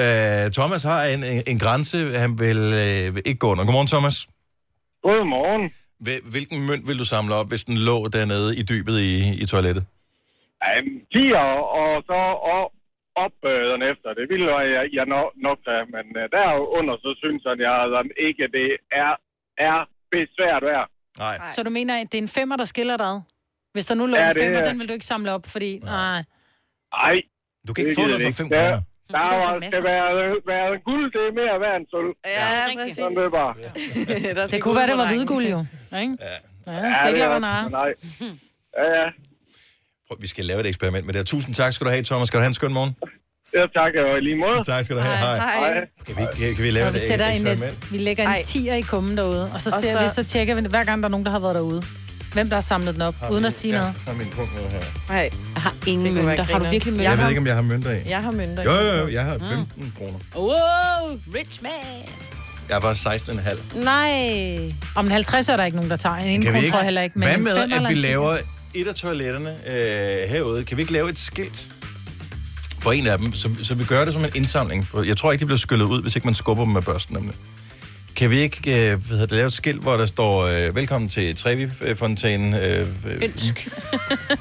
Uh, Thomas har en, en, en grænse, han vil uh, ikke gå under. Godmorgen, Thomas.
Godmorgen.
Hvilken mønt vil du samle op, hvis den lå dernede i dybet i, i toilettet?
Jamen, 10 og, og så op, op øh, den efter. Det ville jeg, jeg nok, nok da, men øh, derunder, så synes jeg, at jeg sådan, ikke, det er, er besvært værd.
Nej.
Så du mener, at det er en femmer, der skiller dig ad? Hvis der nu lå
Ja,
en
det
femmer,
er-
den vil du ikke samle op, fordi... Nej.
Ej.
Du kan ikke få noget for 5
der, der
kroner.
Du kan få
var,
masser.
skal være, være guld, det er mere værd end sølv.
Ja,
præcis.
Sådan det er bare.
Det kunne være, det var hvidguld jo. Ikke? Ja. Ja, skal
det
ikke lade dig
er også-
narre.
Nej. Ja, ja.
Prøv, vi skal lave et eksperiment med det her. Tusind tak skal du have, Thomas. Skal du have en skøn morgen?
Ja, tak, og i lige måde.
Tak skal du have. Hej.
Hej.
Kan vi, kan, kan vi lave
Og vi
et
sætter en,
eksperiment?
vi lægger en tier i kummen derude, og så,
Og
ser
så-
vi, så tjekker vi, hver gang der er nogen, der har været derude. Hvem der har samlet den op,
Har
uden
min-
at sige
ja,
noget.
Har min punkt med her.
Nej.
Jeg har ingen
kunne være
mønter. Har du
grineren.
virkelig mønter?
Jeg ved ikke, om jeg har mønter i.
Jeg har mønter i.
Jo, jo, jo, jeg
Ah.
har 15 kroner.
Wow, rich man.
Jeg var 16,5.
Nej. Om en 50 er der ikke nogen, der tager. En
Kan vi
indkron
ikke?
tror jeg heller ikke.
Hvad
en femmer
med,
eller
at vi
en tier?
laver et af toiletterne øh, herude? Kan vi ikke lave et skilt på en af dem, så, så vi gør det som en indsamling? Jeg tror ikke, de bliver skyllet ud, hvis ikke man skubber dem med børsten. Nemlig. Kan vi ikke øh, hvad hedder det, lave et skilt, hvor der står, øh, velkommen til Trevi-fontænen, øh, øh,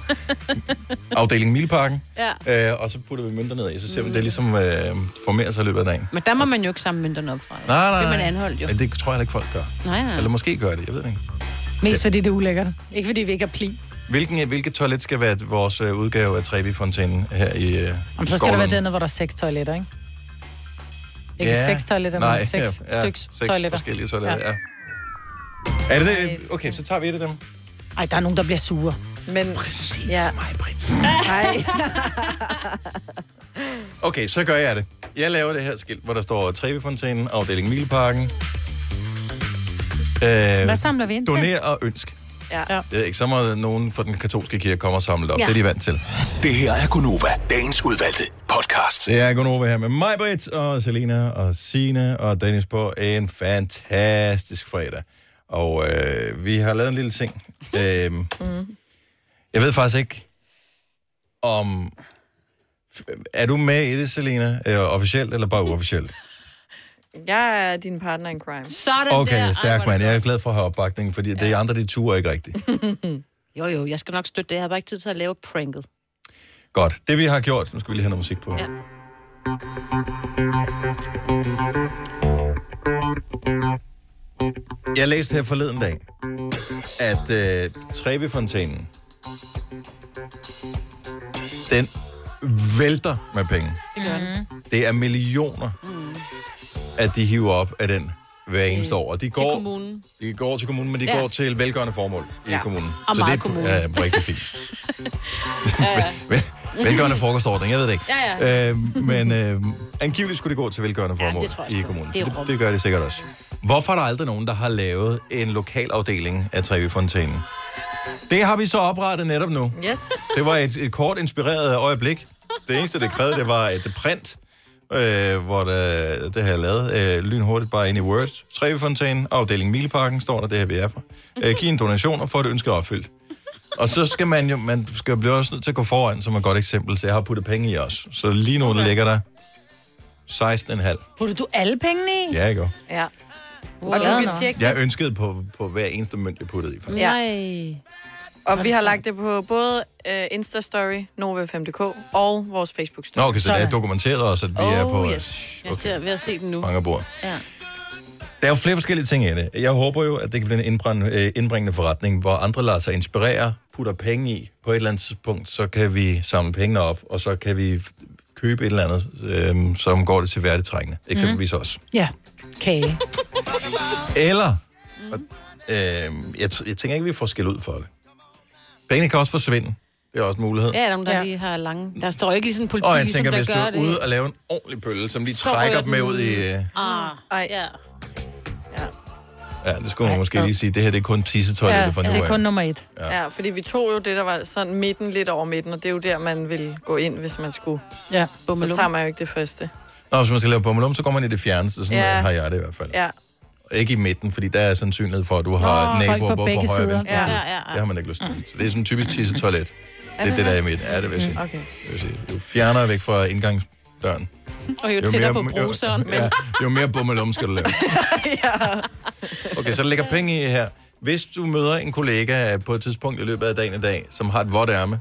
afdeling Milparken,
Ja.
øh, og så putter vi mønter ned i, så ser vi, mm. det ligesom øh, formerer sig i løbet af dagen.
Men der må man jo ikke samle mønterne op fra.
Nej, nej,
Det er man
nej.
anholdt jo. Ah.
Men det tror jeg heller ikke, folk gør.
Nej, nej.
Eller måske gør det, jeg ved det ikke.
Mest fordi det er ulækkert. Ikke fordi vi ikke har pli.
Hvilken, øh, hvilket toilet skal være vores øh, udgave af Trevi-fontænen her i øh,
Jamen, så skal der være dernede, hvor der er seks toiletter, ikke? Ikke
Ja.
seks toiletter,
Nej,
men seks
ja, ja,
styks
seks
toiletter.
forskellige toiletter, ja. Er det det? Okay, så tager vi et af dem.
Ej, der er nogen, der bliver sure.
Men,
Præcis
ja.
mig, Britt.
Nej.
Okay, så gør jeg det. Jeg laver det her skilt, hvor der står Trevefontænen, afdeling Mileparken. Øh,
Hvad samler vi ind til?
Doner og ønsk.
Ja.
ja.
Det er ikke så meget, nogen fra den katolske kirke kommer og samler op.
Ja.
Ja. Det er de vant til. Det her er Gunova, dagens udvalgte podcast. Det er Gunova her med mig, Britt, og Selena, og Sine og Dennis på en fantastisk fredag. Og øh, vi har lavet en lille ting. Øhm, mm. Jeg ved faktisk ikke, om... Er du med i det, Selena? Øh, officielt eller bare uofficielt?
Jeg er din partner in crime.
Sådan
Okay, stærk mand. Jeg er glad for at have opbakning, fordi det andre, de turer ikke rigtigt.
Jo, jo, jeg skal nok støtte det. Jeg har bare ikke tid til at lave pranket.
Godt. Det vi har gjort, nu skal vi lige have noget musik på.
Ja.
Jeg læste her forleden dag, at øh, Trevefontænen, den vælter med penge.
Det gør den.
Det er millioner, at de hiver op af den hver eneste år. Og De
Mm. Til
går,
kommunen.
de går til kommunen, men de
Ja.
ja. går til velgørende formål i
Ja.
ja. kommunen.
Og
det
meget
er
kommune.
Ja, rigtig fint.
Ja, ja.
velgørende frokostordning, jeg ved det ikke.
Ja, ja.
Øh, men øh, angiveligt skulle det gå til velgørende formål
tror jeg
ja, i
sgu.
kommunen.
Det er
Det,
rum.
det, det gør det sikkert også. Hvorfor er der aldrig nogen, der har lavet en lokal afdeling af Trevefontænen? Det har vi så oprettet netop nu.
Yes.
Det var et, et kort inspireret øjeblik. Det eneste, det krævede, det var et print, øh, hvor der, det har jeg lavet øh, lynhurtigt bare ind i Word. Trevefontænen, afdeling Mileparken, står der, det her vi er for. Øh, giv en donation og få et ønske opfyldt. Og så skal man jo, man skal jo blive også nødt til at gå foran, som et godt eksempel, så jeg har puttet penge i os. Så lige nu, der ligger der 16,5.
Putter du alle pengene i?
Ja, ikke?
Ja.
Wow.
Og du kan tjekke
Jeg
det.
ønskede på, på hver eneste mønt, jeg puttede i. faktisk.
Ja. Og vi har lagt det på både øh, Insta-story, Nova5.dk og vores Facebook-story.
Nå, okay, så det er dokumenteret også, at vi er
Oh,
på øh,
yes.
Jeg ser ved at se den nu.
mange bord.
Mm. Ja.
Der er jo flere forskellige ting i det. Jeg håber jo, at det kan blive en indbrænd, øh, indbringende forretning, hvor andre lader sig inspirere, putter penge i. På et eller andet tidspunkt, så kan vi samle pengene op, og så kan vi f- købe et eller andet, øh, som går det til værdetrængende.
Mhm.
Eksempelvis mm. os.
Ja. Kage.
Eller, øh, jeg, t- jeg tænker ikke, vi får skæld ud for det. Pengene kan også forsvinde. Det er også en mulighed.
Ja, der er nogen, der ja. lige har lange... Der står ikke lige sådan en politi,
og jeg tænker,
som
hvis
der
du
gør
er
det.
ude og lave en ordentlig bølle, som lige
Så
trækker
ryger
dem med
den.
ud i... Øh,
Ah, ja.
ja, det skulle man måske lige sige. Det her det er kun tissetøjlet ja, fra nu af.
det er kun nummer et.
Ja. ja, fordi vi tog jo det, der var sådan midten, lidt over midten, og det er jo der, man ville gå ind, hvis man skulle.
Ja,
Så tager man jo ikke det første.
Nå, hvis man skal lave bummelum, så går man i det fjerneste. Sådan
Ja.
ja. har jeg det i hvert fald.
Ja.
Ikke i midten, fordi der er sandsynlighed for, at du har
folk
naboer
på
både
begge
på højre
sider.
og venstre
Ja.
side.
Ja, ja, ja.
Det har man ikke lyst til. Så det er sådan typisk tissetoilet.
Er
det er
det
det, der er
det?
i midten. Ja, det vil jeg sige.
Mm, okay.
Det vil sige. Du fjerner væk fra indgangsdøren.
Og jo tættere på
jo,
bruseren.
ja, jo mere bummelum skal du lave.
ja.
Okay, så der ligger penge i her. Hvis du møder en kollega på et tidspunkt i løbet af dagen i dag, som har et vådt ærme,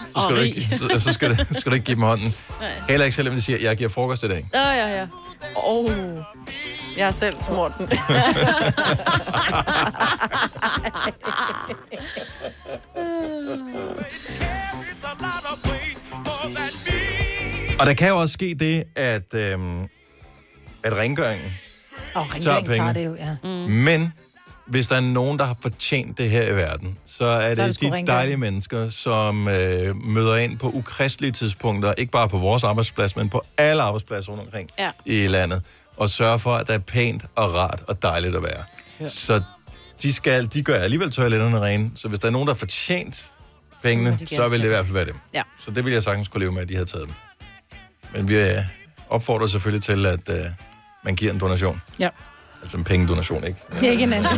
så
Og
skal, du
rig.
ikke, så, så skal, du, skal du ikke give dem hånden. Heller ikke selvom de siger, jeg giver frokost i dag.
Ja, ja, ja.
Åh, oh, jeg har selv smurt den.
Og der kan jo også ske det, at, øhm, at rengøringen
Og
tager
rengøring
penge.
tager det jo, ja.
Men hvis der er nogen, der har fortjent det her i verden, så er det,
det sgu
de
rengøring.
dejlige mennesker, som øh, møder ind på ukristelige tidspunkter, ikke bare på vores arbejdsplads, men på alle arbejdspladser rundt omkring
Ja.
i landet, og sørger for, at der er pænt og rart og dejligt at være. Ja. Så de, skal, de gør alligevel toiletterne rene, så hvis der er nogen, der har fortjent pengene,
må de
så,
gerne
så vil det
tage
i hvert fald være dem.
Ja.
Så det ville jeg sagtens kunne leve med, at de havde taget dem. Men vi øh, opfordrer selvfølgelig til, at øh, man giver en donation.
Ja.
Altså en pengedonation, ikke?
Det er ikke en anden.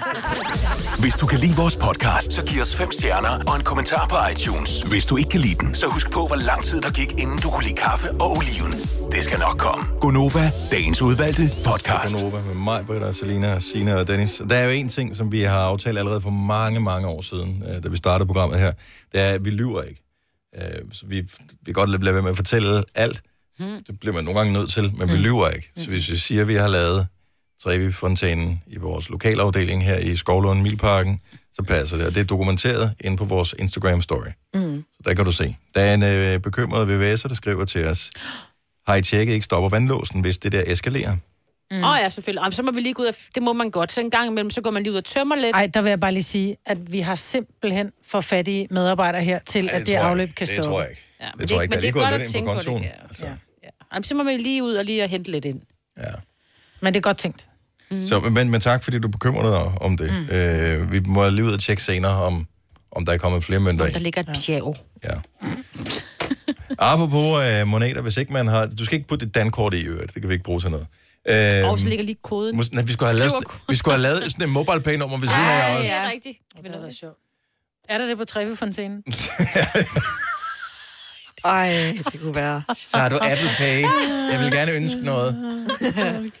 Hvis du kan lide vores podcast, så giv os fem stjerner og en kommentar på iTunes. Hvis du ikke kan lide den, så husk på, hvor lang tid der gik, inden du kunne lide kaffe og oliven. Det skal nok komme.
Gonova, dagens udvalgte podcast. Gonova med mig, Britta, Selina, Sina og Dennis. Der er jo en ting, som vi har aftalt allerede for mange, mange år siden, øh, da vi startede programmet her. Det er, at vi lyver ikke. Øh, Så vi, vi kan godt lade lade være med at fortælle alt. Det bliver man nogle gange nødt til, men vi lyver ikke. Så hvis vi siger, at vi har lavet Trevi-fontænen i vores lokalafdeling her i Skovlund Milparken, så passer det, og det er dokumenteret inde på vores Instagram-story.
Mm.
Så der kan du se. Der er en øh, bekymret VVS'er, der skriver til os, har I tjekket ikke stopper vandlåsen, hvis det der eskalerer?
Åh mm. oh, ja, selvfølgelig. Jamen, så må vi lige gå ud og... Det må man godt. Så en gang imellem, så går man lige ud og tømmer lidt.
Ej, der vil jeg bare lige sige, at vi har simpelthen for fattige medarbejdere her til, at det
tror jeg
afløb
ikke.
kan stå.
Det tror jeg ikke.
Ja, men
det
det-
tror jeg ikke.
men
Der er
det
lige
er
gået
godt
lidt
at
ind
tænke
på
på det,
kontoen.
ja.
altså.
Jamen, så må vi lige ud og lige og hente lidt ind.
Men det er godt tænkt.
Mm. Så, men, men tak, fordi du bekymrer dig om det. Mm. Øh, vi må lige ud og tjekke senere, om, om der er kommet flere mønter
Om
ind.
der ligger et pjav.
Apropos øh, moneter, hvis ikke man har... Du skal ikke putte dit dankort i øvrigt. Det kan vi ikke bruge til noget. Øh,
Og så ligger lige koden.
Mås- nej, vi, skulle have lavet,
Skriver
vi skulle have lavet sådan en mobile pay nummer ved siden af os.
det er
rigtigt.
Det ville være sjovt. Er der det på Trevi-fontænen?
Ej, det kunne være.
Så har du Apple Pay. Jeg vil gerne ønske noget.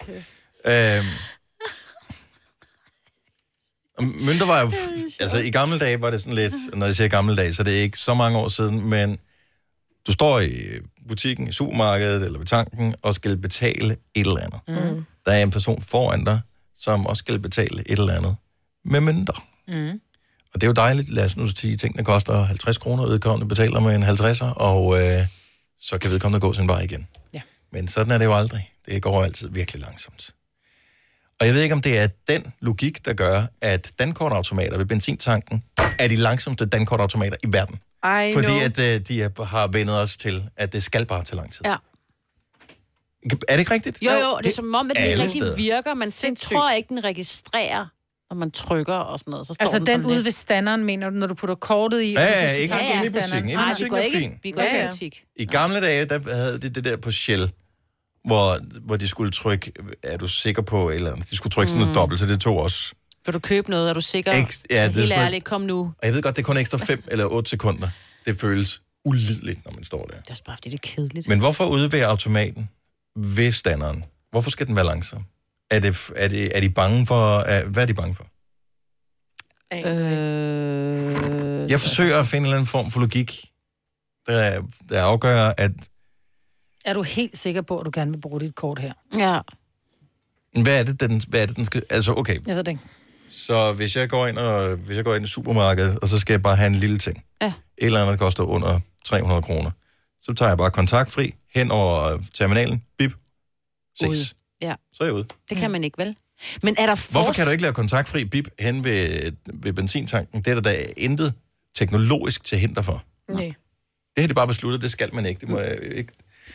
Øh, mønter var jo... F- altså, i gamle dage var det sådan lidt... Når jeg siger gamle dage, så er det ikke så mange år siden, men du står i butikken, i supermarkedet eller ved tanken og skal betale et eller andet.
Mm.
Der er en person foran dig, som også skal betale et eller andet med mønter.
Mm.
Og det er jo dejligt. Lad os nu sige, at tingene koster 50 kroner, og vedkommende betaler med en 50'er, og øh, så kan vedkommende gå sin vej igen.
Ja.
Men sådan er det jo aldrig. Det går altid virkelig langsomt. Og jeg ved ikke, om det er den logik, der gør, at dankortautomater ved benzintanken er de langsomste dankortautomater i verden.
Ej,
Fordi
no.
at øh, de er- har vendet os til, at det skal bare tage lang tid.
Ja.
Er det ikke rigtigt?
Jo, jo, det er som om, at den
alle
ikke rigtig
steder.
virker. Man selv tror ikke, den registrerer, når man trykker og sådan noget. Så står
Altså den,
sådan
ude
lidt.
ved standeren, mener du, når du putter kortet i?
Ja,
og så
ja,
skal
ikke
tage
inde i
standeren?
butikken. Inde i
Nej,
butikken
vi
er
går ikke-
fint.
Vi går ikke i butik.
I gamle dage, der havde de det der på Shell, hvor, hvor de skulle trykke, er du sikker på, eller andet. de skulle trykke sådan noget
Mm.
dobbelt, så det tog også.
Vil du købe noget? Er du sikker?
Ex- ja, det er
Helt
sådan-
ærligt, kom nu.
Og jeg ved godt, det er kun ekstra 5 eller 8 sekunder. Det føles ulideligt, når man står der.
Det er også bare, fordi det er kedeligt.
Men hvorfor udvære automaten ved standeren? Hvorfor skal den være langsom? Er, det, f- er, det, er de bange for... Er, hvad er de bange for?
Øh...
Jeg forsøger at finde en eller anden form for logik, der, der afgør, at
Er du helt sikker på, at du gerne vil bruge dit kort her?
Ja.
hvad er det, den, hvad er det, den skal... Altså, okay,
Jeg ved det ikke.
Så hvis jeg går ind, og, hvis jeg går ind i supermarkedet, og så skal jeg bare have en lille ting.
Ja.
Et eller andet, der koster under 300 kroner. Så tager jeg bare kontaktfri hen over terminalen. Bip. Ses.
Ude. Ja,
Så er jeg ude.
det kan man ikke, vel? Men er der fors...
Hvorfor kan du ikke lave kontaktfri bip hen ved, ved benzintanken? Det er der da intet teknologisk til hinder for.
Nej.
Det har de bare besluttet, det skal man ikke.
Mm.
Det må jeg ikke.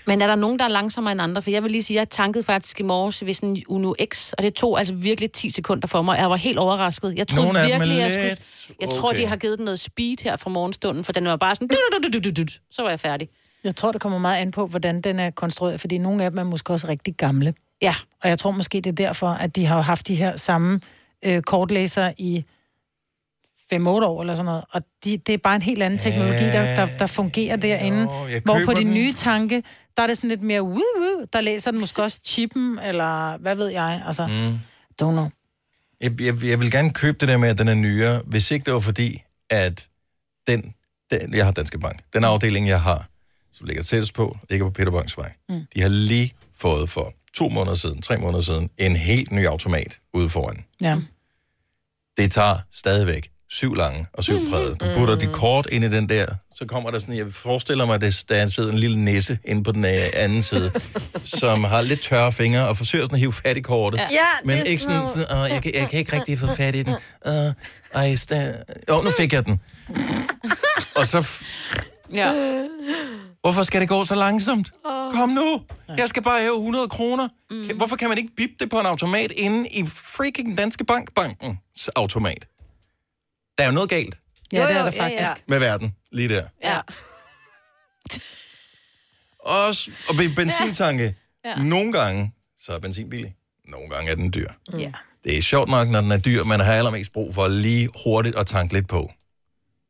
Men er der nogen, der er langsommere end andre? For jeg vil lige sige, jeg tankede faktisk i morges ved sådan en Uno X, og det tog altså virkelig 10 sekunder for mig. Jeg var helt overrasket. Jeg troede
Nogle af dem er
virkelig, jeg skulle...
lidt
Jeg tror,
okay.
de har givet den noget speed her fra morgenstunden, for den var bare sådan... dut-dut-dut-dut-dut. Så var jeg færdig.
Jeg tror, det kommer meget an på, hvordan den er konstrueret, fordi nogle af dem er måske også rigtig gamle.
Ja.
Og jeg tror måske, det er derfor, at de har jo haft de her samme øh, kortlæser i 5-8 år eller sådan noget. Og de, det er bare en helt anden teknologi, der, der, der fungerer derinde.
jeg
hvor på
køber
de
den.
nye tanke, der er det sådan lidt mere woo -woo, der læser den måske også chippen, eller hvad ved jeg. Altså, mm. Don't know.
Jeg, jeg, jeg vil gerne købe det der med, at den er nyere, hvis ikke det var fordi, at den, den jeg har Danske Bank, den afdeling, jeg har, som ligger tættest på, ligger på Peter Banks vej. Mm. De har lige fået for to måneder siden, tre måneder siden, en helt ny automat ude foran.
Ja.
Det tager stadigvæk syv lange og
Mhm.
syv præget. Du putter
Mm.
dit kort ind i den der, så kommer der sådan, jeg forestiller mig, at det- der sidder en lille nisse inde på den øh, anden side, som har lidt tørre fingre og forsøger sådan at hive fat i kortet.
Ja, det
men
er
ikke sådan,
sådan
sådan "Åh, jeg, kan, jeg kan ikke rigtig få fat i den. Uh, ej, sta- oh, nu fik jeg den. Og så... F-
Ja.
Hvorfor skal det gå så langsomt? Kom nu! Jeg skal bare have 100 kroner. Mm. Hvorfor kan man ikke bippe det på en automat inde i freaking Danske Bank Bankens automat? Der er jo noget galt
Ja,
Jo,
det er
jo,
der faktisk.
Ja,
med verden lige der.
ja. ja.
Også, og ved benzintanke,
Ja.
ja. nogle gange, så er benzin billig. Nogle gange er den dyr.
Mm. Ja.
Det er sjovt nok, når den er dyr, man har allermest brug for lige hurtigt at tanke lidt på.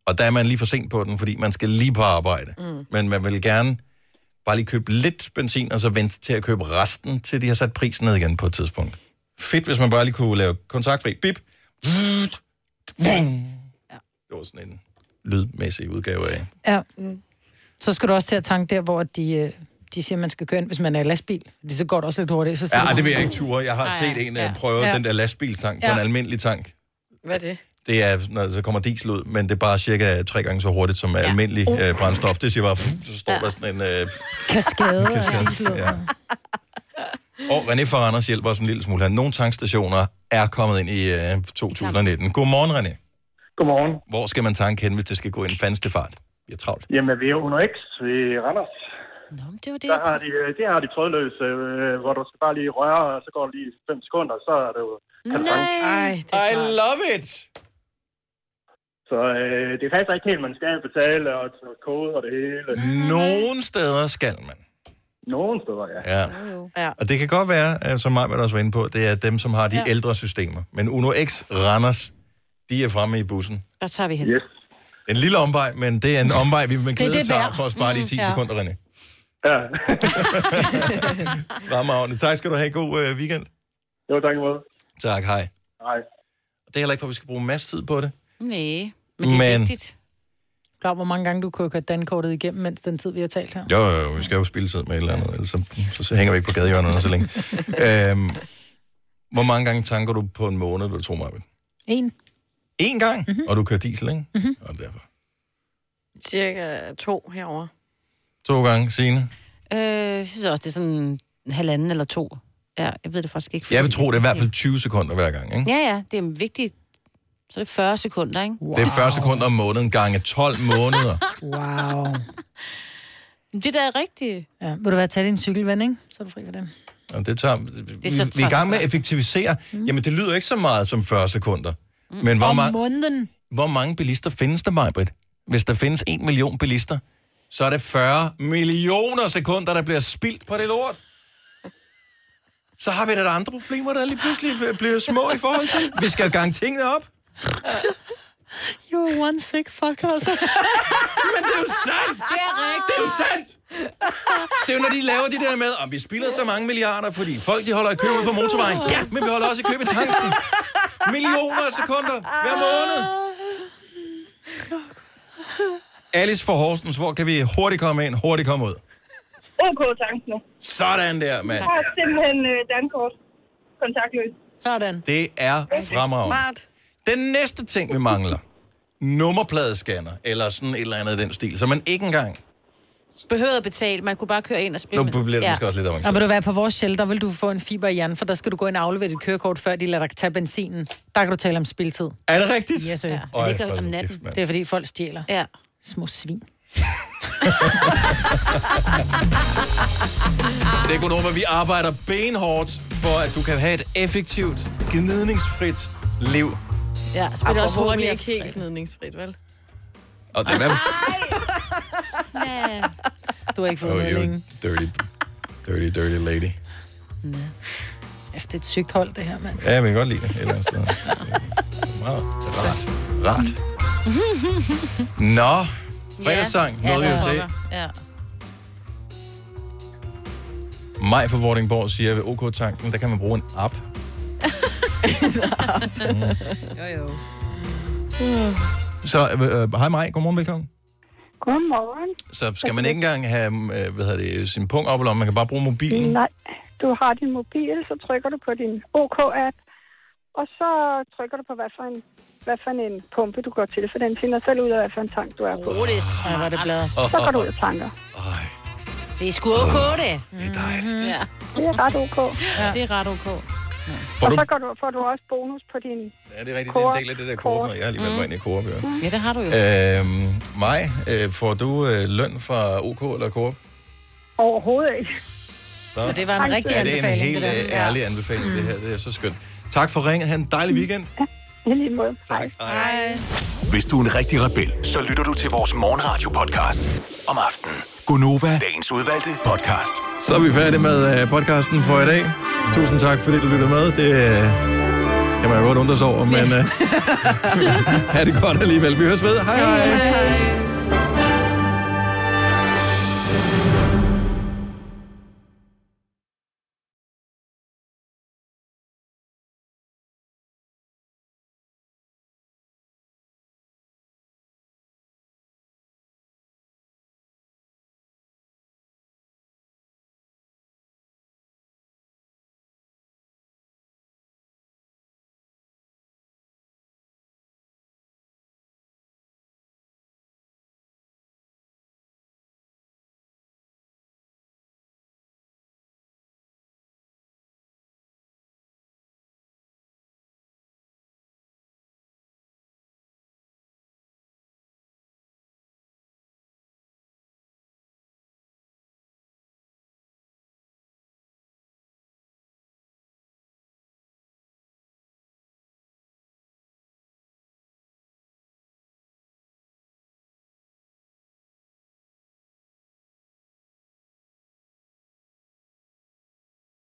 Og der er man lige for sent på den, fordi man skal lige på arbejde. Mm. Men man vil gerne bare lige købe lidt benzin, og så vente til at købe resten, til de har sat prisen ned igen på et tidspunkt. Fedt, hvis man bare lige kunne lave kontaktfri. Bip. Det var sådan en lydmæssig udgave af.
Ja. Mm. Så skal du også til at tanke der, hvor de, øh, de siger, at man skal køre ind, hvis man er i lastbil. Fordi så går det også lidt hurtigt. Så
Ja,
sidder
ej, det vil jeg
man-
ikke ture. Jeg har
Ej,
set en ja. prøve
Ja.
den der lastbiltank på
Ja.
en almindelig tank.
Hvad er det?
Det er, når så kommer diesel ud, men det er bare cirka tre gange så hurtigt som ja. almindelig
Uh.
øh, brændstof. Det siger bare, pff, så står ja. der sådan en... Øh,
Kaskade.
Kaskade,
Kaskade. Ja.
og René fra Anders hjælper os en lille smule her. Nogle tankstationer er kommet ind i øh, 2019. Godmorgen, René.
Godmorgen.
Hvor skal man tanke hen, hvis det skal gå ind fandens til fart? Vi er travlt.
Jamen, vi er under X ved Randers.
Nå, men det var det.
Der har de, øh, det har de trådløs, øh, hvor du skal bare lige røre, og så går det lige 5 sekunder, så er det jo...
Ej, det er I love it!
Så øh, det er faktisk ikke helt, man skal betale, og sådan noget kode og det hele.
Nogle steder skal man.
Nogle steder, ja.
Ja.
ja.
Og det kan godt være, øh, som mig også var inde på, det er dem, som har de
Ja.
ja. ældre systemer. Men Uno X Randers, de er fremme i bussen.
Der tager vi hen.
Yes.
En lille omvej, men det er en omvej, vi med
Det er
glæde
det
tager
værd.
for at spare de 10
Mm, ja.
sekunder, René.
Ja.
Fremragende. Tak skal du have. God øh, weekend.
Jo, tak imod.
Tak, hej.
Hej.
Det er heller ikke, for vi skal bruge masse tid på det.
Nej,
men det er Men- vigtigt.
Klar, hvor mange gange du kunne have kørt dankortet igennem, mens den tid, vi har talt her.
Jo, jo, jo, vi skal jo spille tid med et eller andet, ellers så, så, så hænger vi ikke på gadehjørnerne så længe. øhm, hvor mange gange tanker du på en måned, vil du tro mig?
En. Mhm,
En gang? Mm-hmm. Og du kører diesel, ikke? Mm-hmm. Og derfor.
Cirka to herover.
To gange, Signe.
Øh, jeg synes også, det er sådan en halvanden eller to. Ja, jeg ved det faktisk ikke.
Jeg vil tro, det er i hvert fald 20 sekunder hver gang, ikke?
Ja, ja, det er en vigtig... Så er det 40 sekunder, ikke?
Wow. Det er 40 sekunder om måneden gange 12 måneder.
Wow.
Men Det der er rigtigt.
Ja. Vil du være tage din cykelven, ikke? Så er du fri for det.
Jamen, det tager,
er så
vi, vi er i gang med at effektivisere. Mm. Jamen, det lyder ikke så meget som 40 sekunder. Mm. Men hvor,
Om
ma-
måneden.
hvor mange bilister findes der, Majbrit? Hvis der findes 1 million bilister, så er det 40 millioner sekunder, der bliver spildt på det lort. Så har vi da der andre problemer, der lige pludselig bliver små i forhold til. Vi skal gange tingene op.
You're one sick fucker, altså.
Men det er jo sandt!
Det er rigtigt.
Det er jo sandt! Det er jo, når de laver det der med, om vi spilder så mange milliarder, fordi folk de holder i kø ude på motorvejen. Ja, men vi holder også i kø ved tanken. Millioner af sekunder hver måned. Alice fra Horsens, hvor kan vi hurtigt komme ind, hurtigt komme ud?
OK, tak nu.
Sådan der, mand.
Jeg har simpelthen øh, dankort. Kontaktløs.
Sådan.
Det er fremragende. Den næste ting, vi mangler, nummerpladescanner, eller sådan et eller andet i den stil, så man ikke engang...
Behøvede at betale, man kunne bare køre ind og spille.
Nu bliver det måske også lidt avanceret.
Og vil du være på vores shell, der vil du få en fiber i hjernen, for der skal du gå ind og aflevere dit kørekort, før de lader dig tage benzinen. Der kan du tale om spiltid.
Er det rigtigt?
Yes, ja.
Øj, ikke hold om nu natten? kæft, mand.
det er fordi folk stjæler.
Ja.
Små svin.
Det er Gunova, vi arbejder benhårdt for, at du kan have et effektivt, gnidningsfrit liv.
Ja,
så
spiller
bliver det
også
også hurtigt.
hurtigere.
ikke helt gnidningsfrit, vel?
Og det er
Ja.
Du har ikke fået
Oh,
noget
you
længe.
dirty, dirty, dirty lady.
Efter et sygt hold, det her, mand.
Ja, jeg kan godt lide det. Et Eller andet sted. Meget rart. Rart. Nå, fredagssang nåede vi jo til.
Ja.
Maj fra Vordingborg siger, at ved OK-tanken, der kan man bruge en app.
Jo, jo.
Uh.
Så øh, hej Maj, godmorgen, velkommen.
Godmorgen.
Så skal man ikke engang have øh, hvad hedder det, sin punkt op, eller om man kan bare bruge mobilen?
Nej, du har din mobil, så trykker du på din OK-app, og så trykker du på, hvad for en, hvad for en pumpe du går til, for den finder selv ud af, hvad for en tank du er på.
Oh, det er smart.
Ja,
det
Så går du ud og tanker.
Det er sgu ok, det. Det
er dejligt.
Ja.
Det er ret OK.
Ja. Det er ret ok.
Får
Og
du-
så går du, får du også bonus på din...
Ja, det er rigtigt. Det er en del af det der
Kåre.
kort, Mm. når jeg alligevel var inde i Coop. Ja.
Ja, det har du jo.
Øhm, Maj, øh, får du øh, løn fra OK eller Coop?
Overhovedet ikke.
Nå.
Så det var en
Ja,
rigtig
Det er en
anbefaling,
helt
det der. Mm.
øh, ærlig anbefaling, det her. Det er så skønt. Tak for ringet. Ha' en dejlig weekend.
I lige måde.
Tak.
Hej.
Hvis du er en rigtig rebel, så lytter du til vores morgenradio-podcast om aftenen. Gunova, dagens udvalgte podcast.
Så er vi færdige med øh, podcasten for i dag. Tusind tak, fordi du lyttede med. Det øh, kan man jo godt undre sig over, men øh, er det godt alligevel. Vi høres ved. Hej hej.
hej.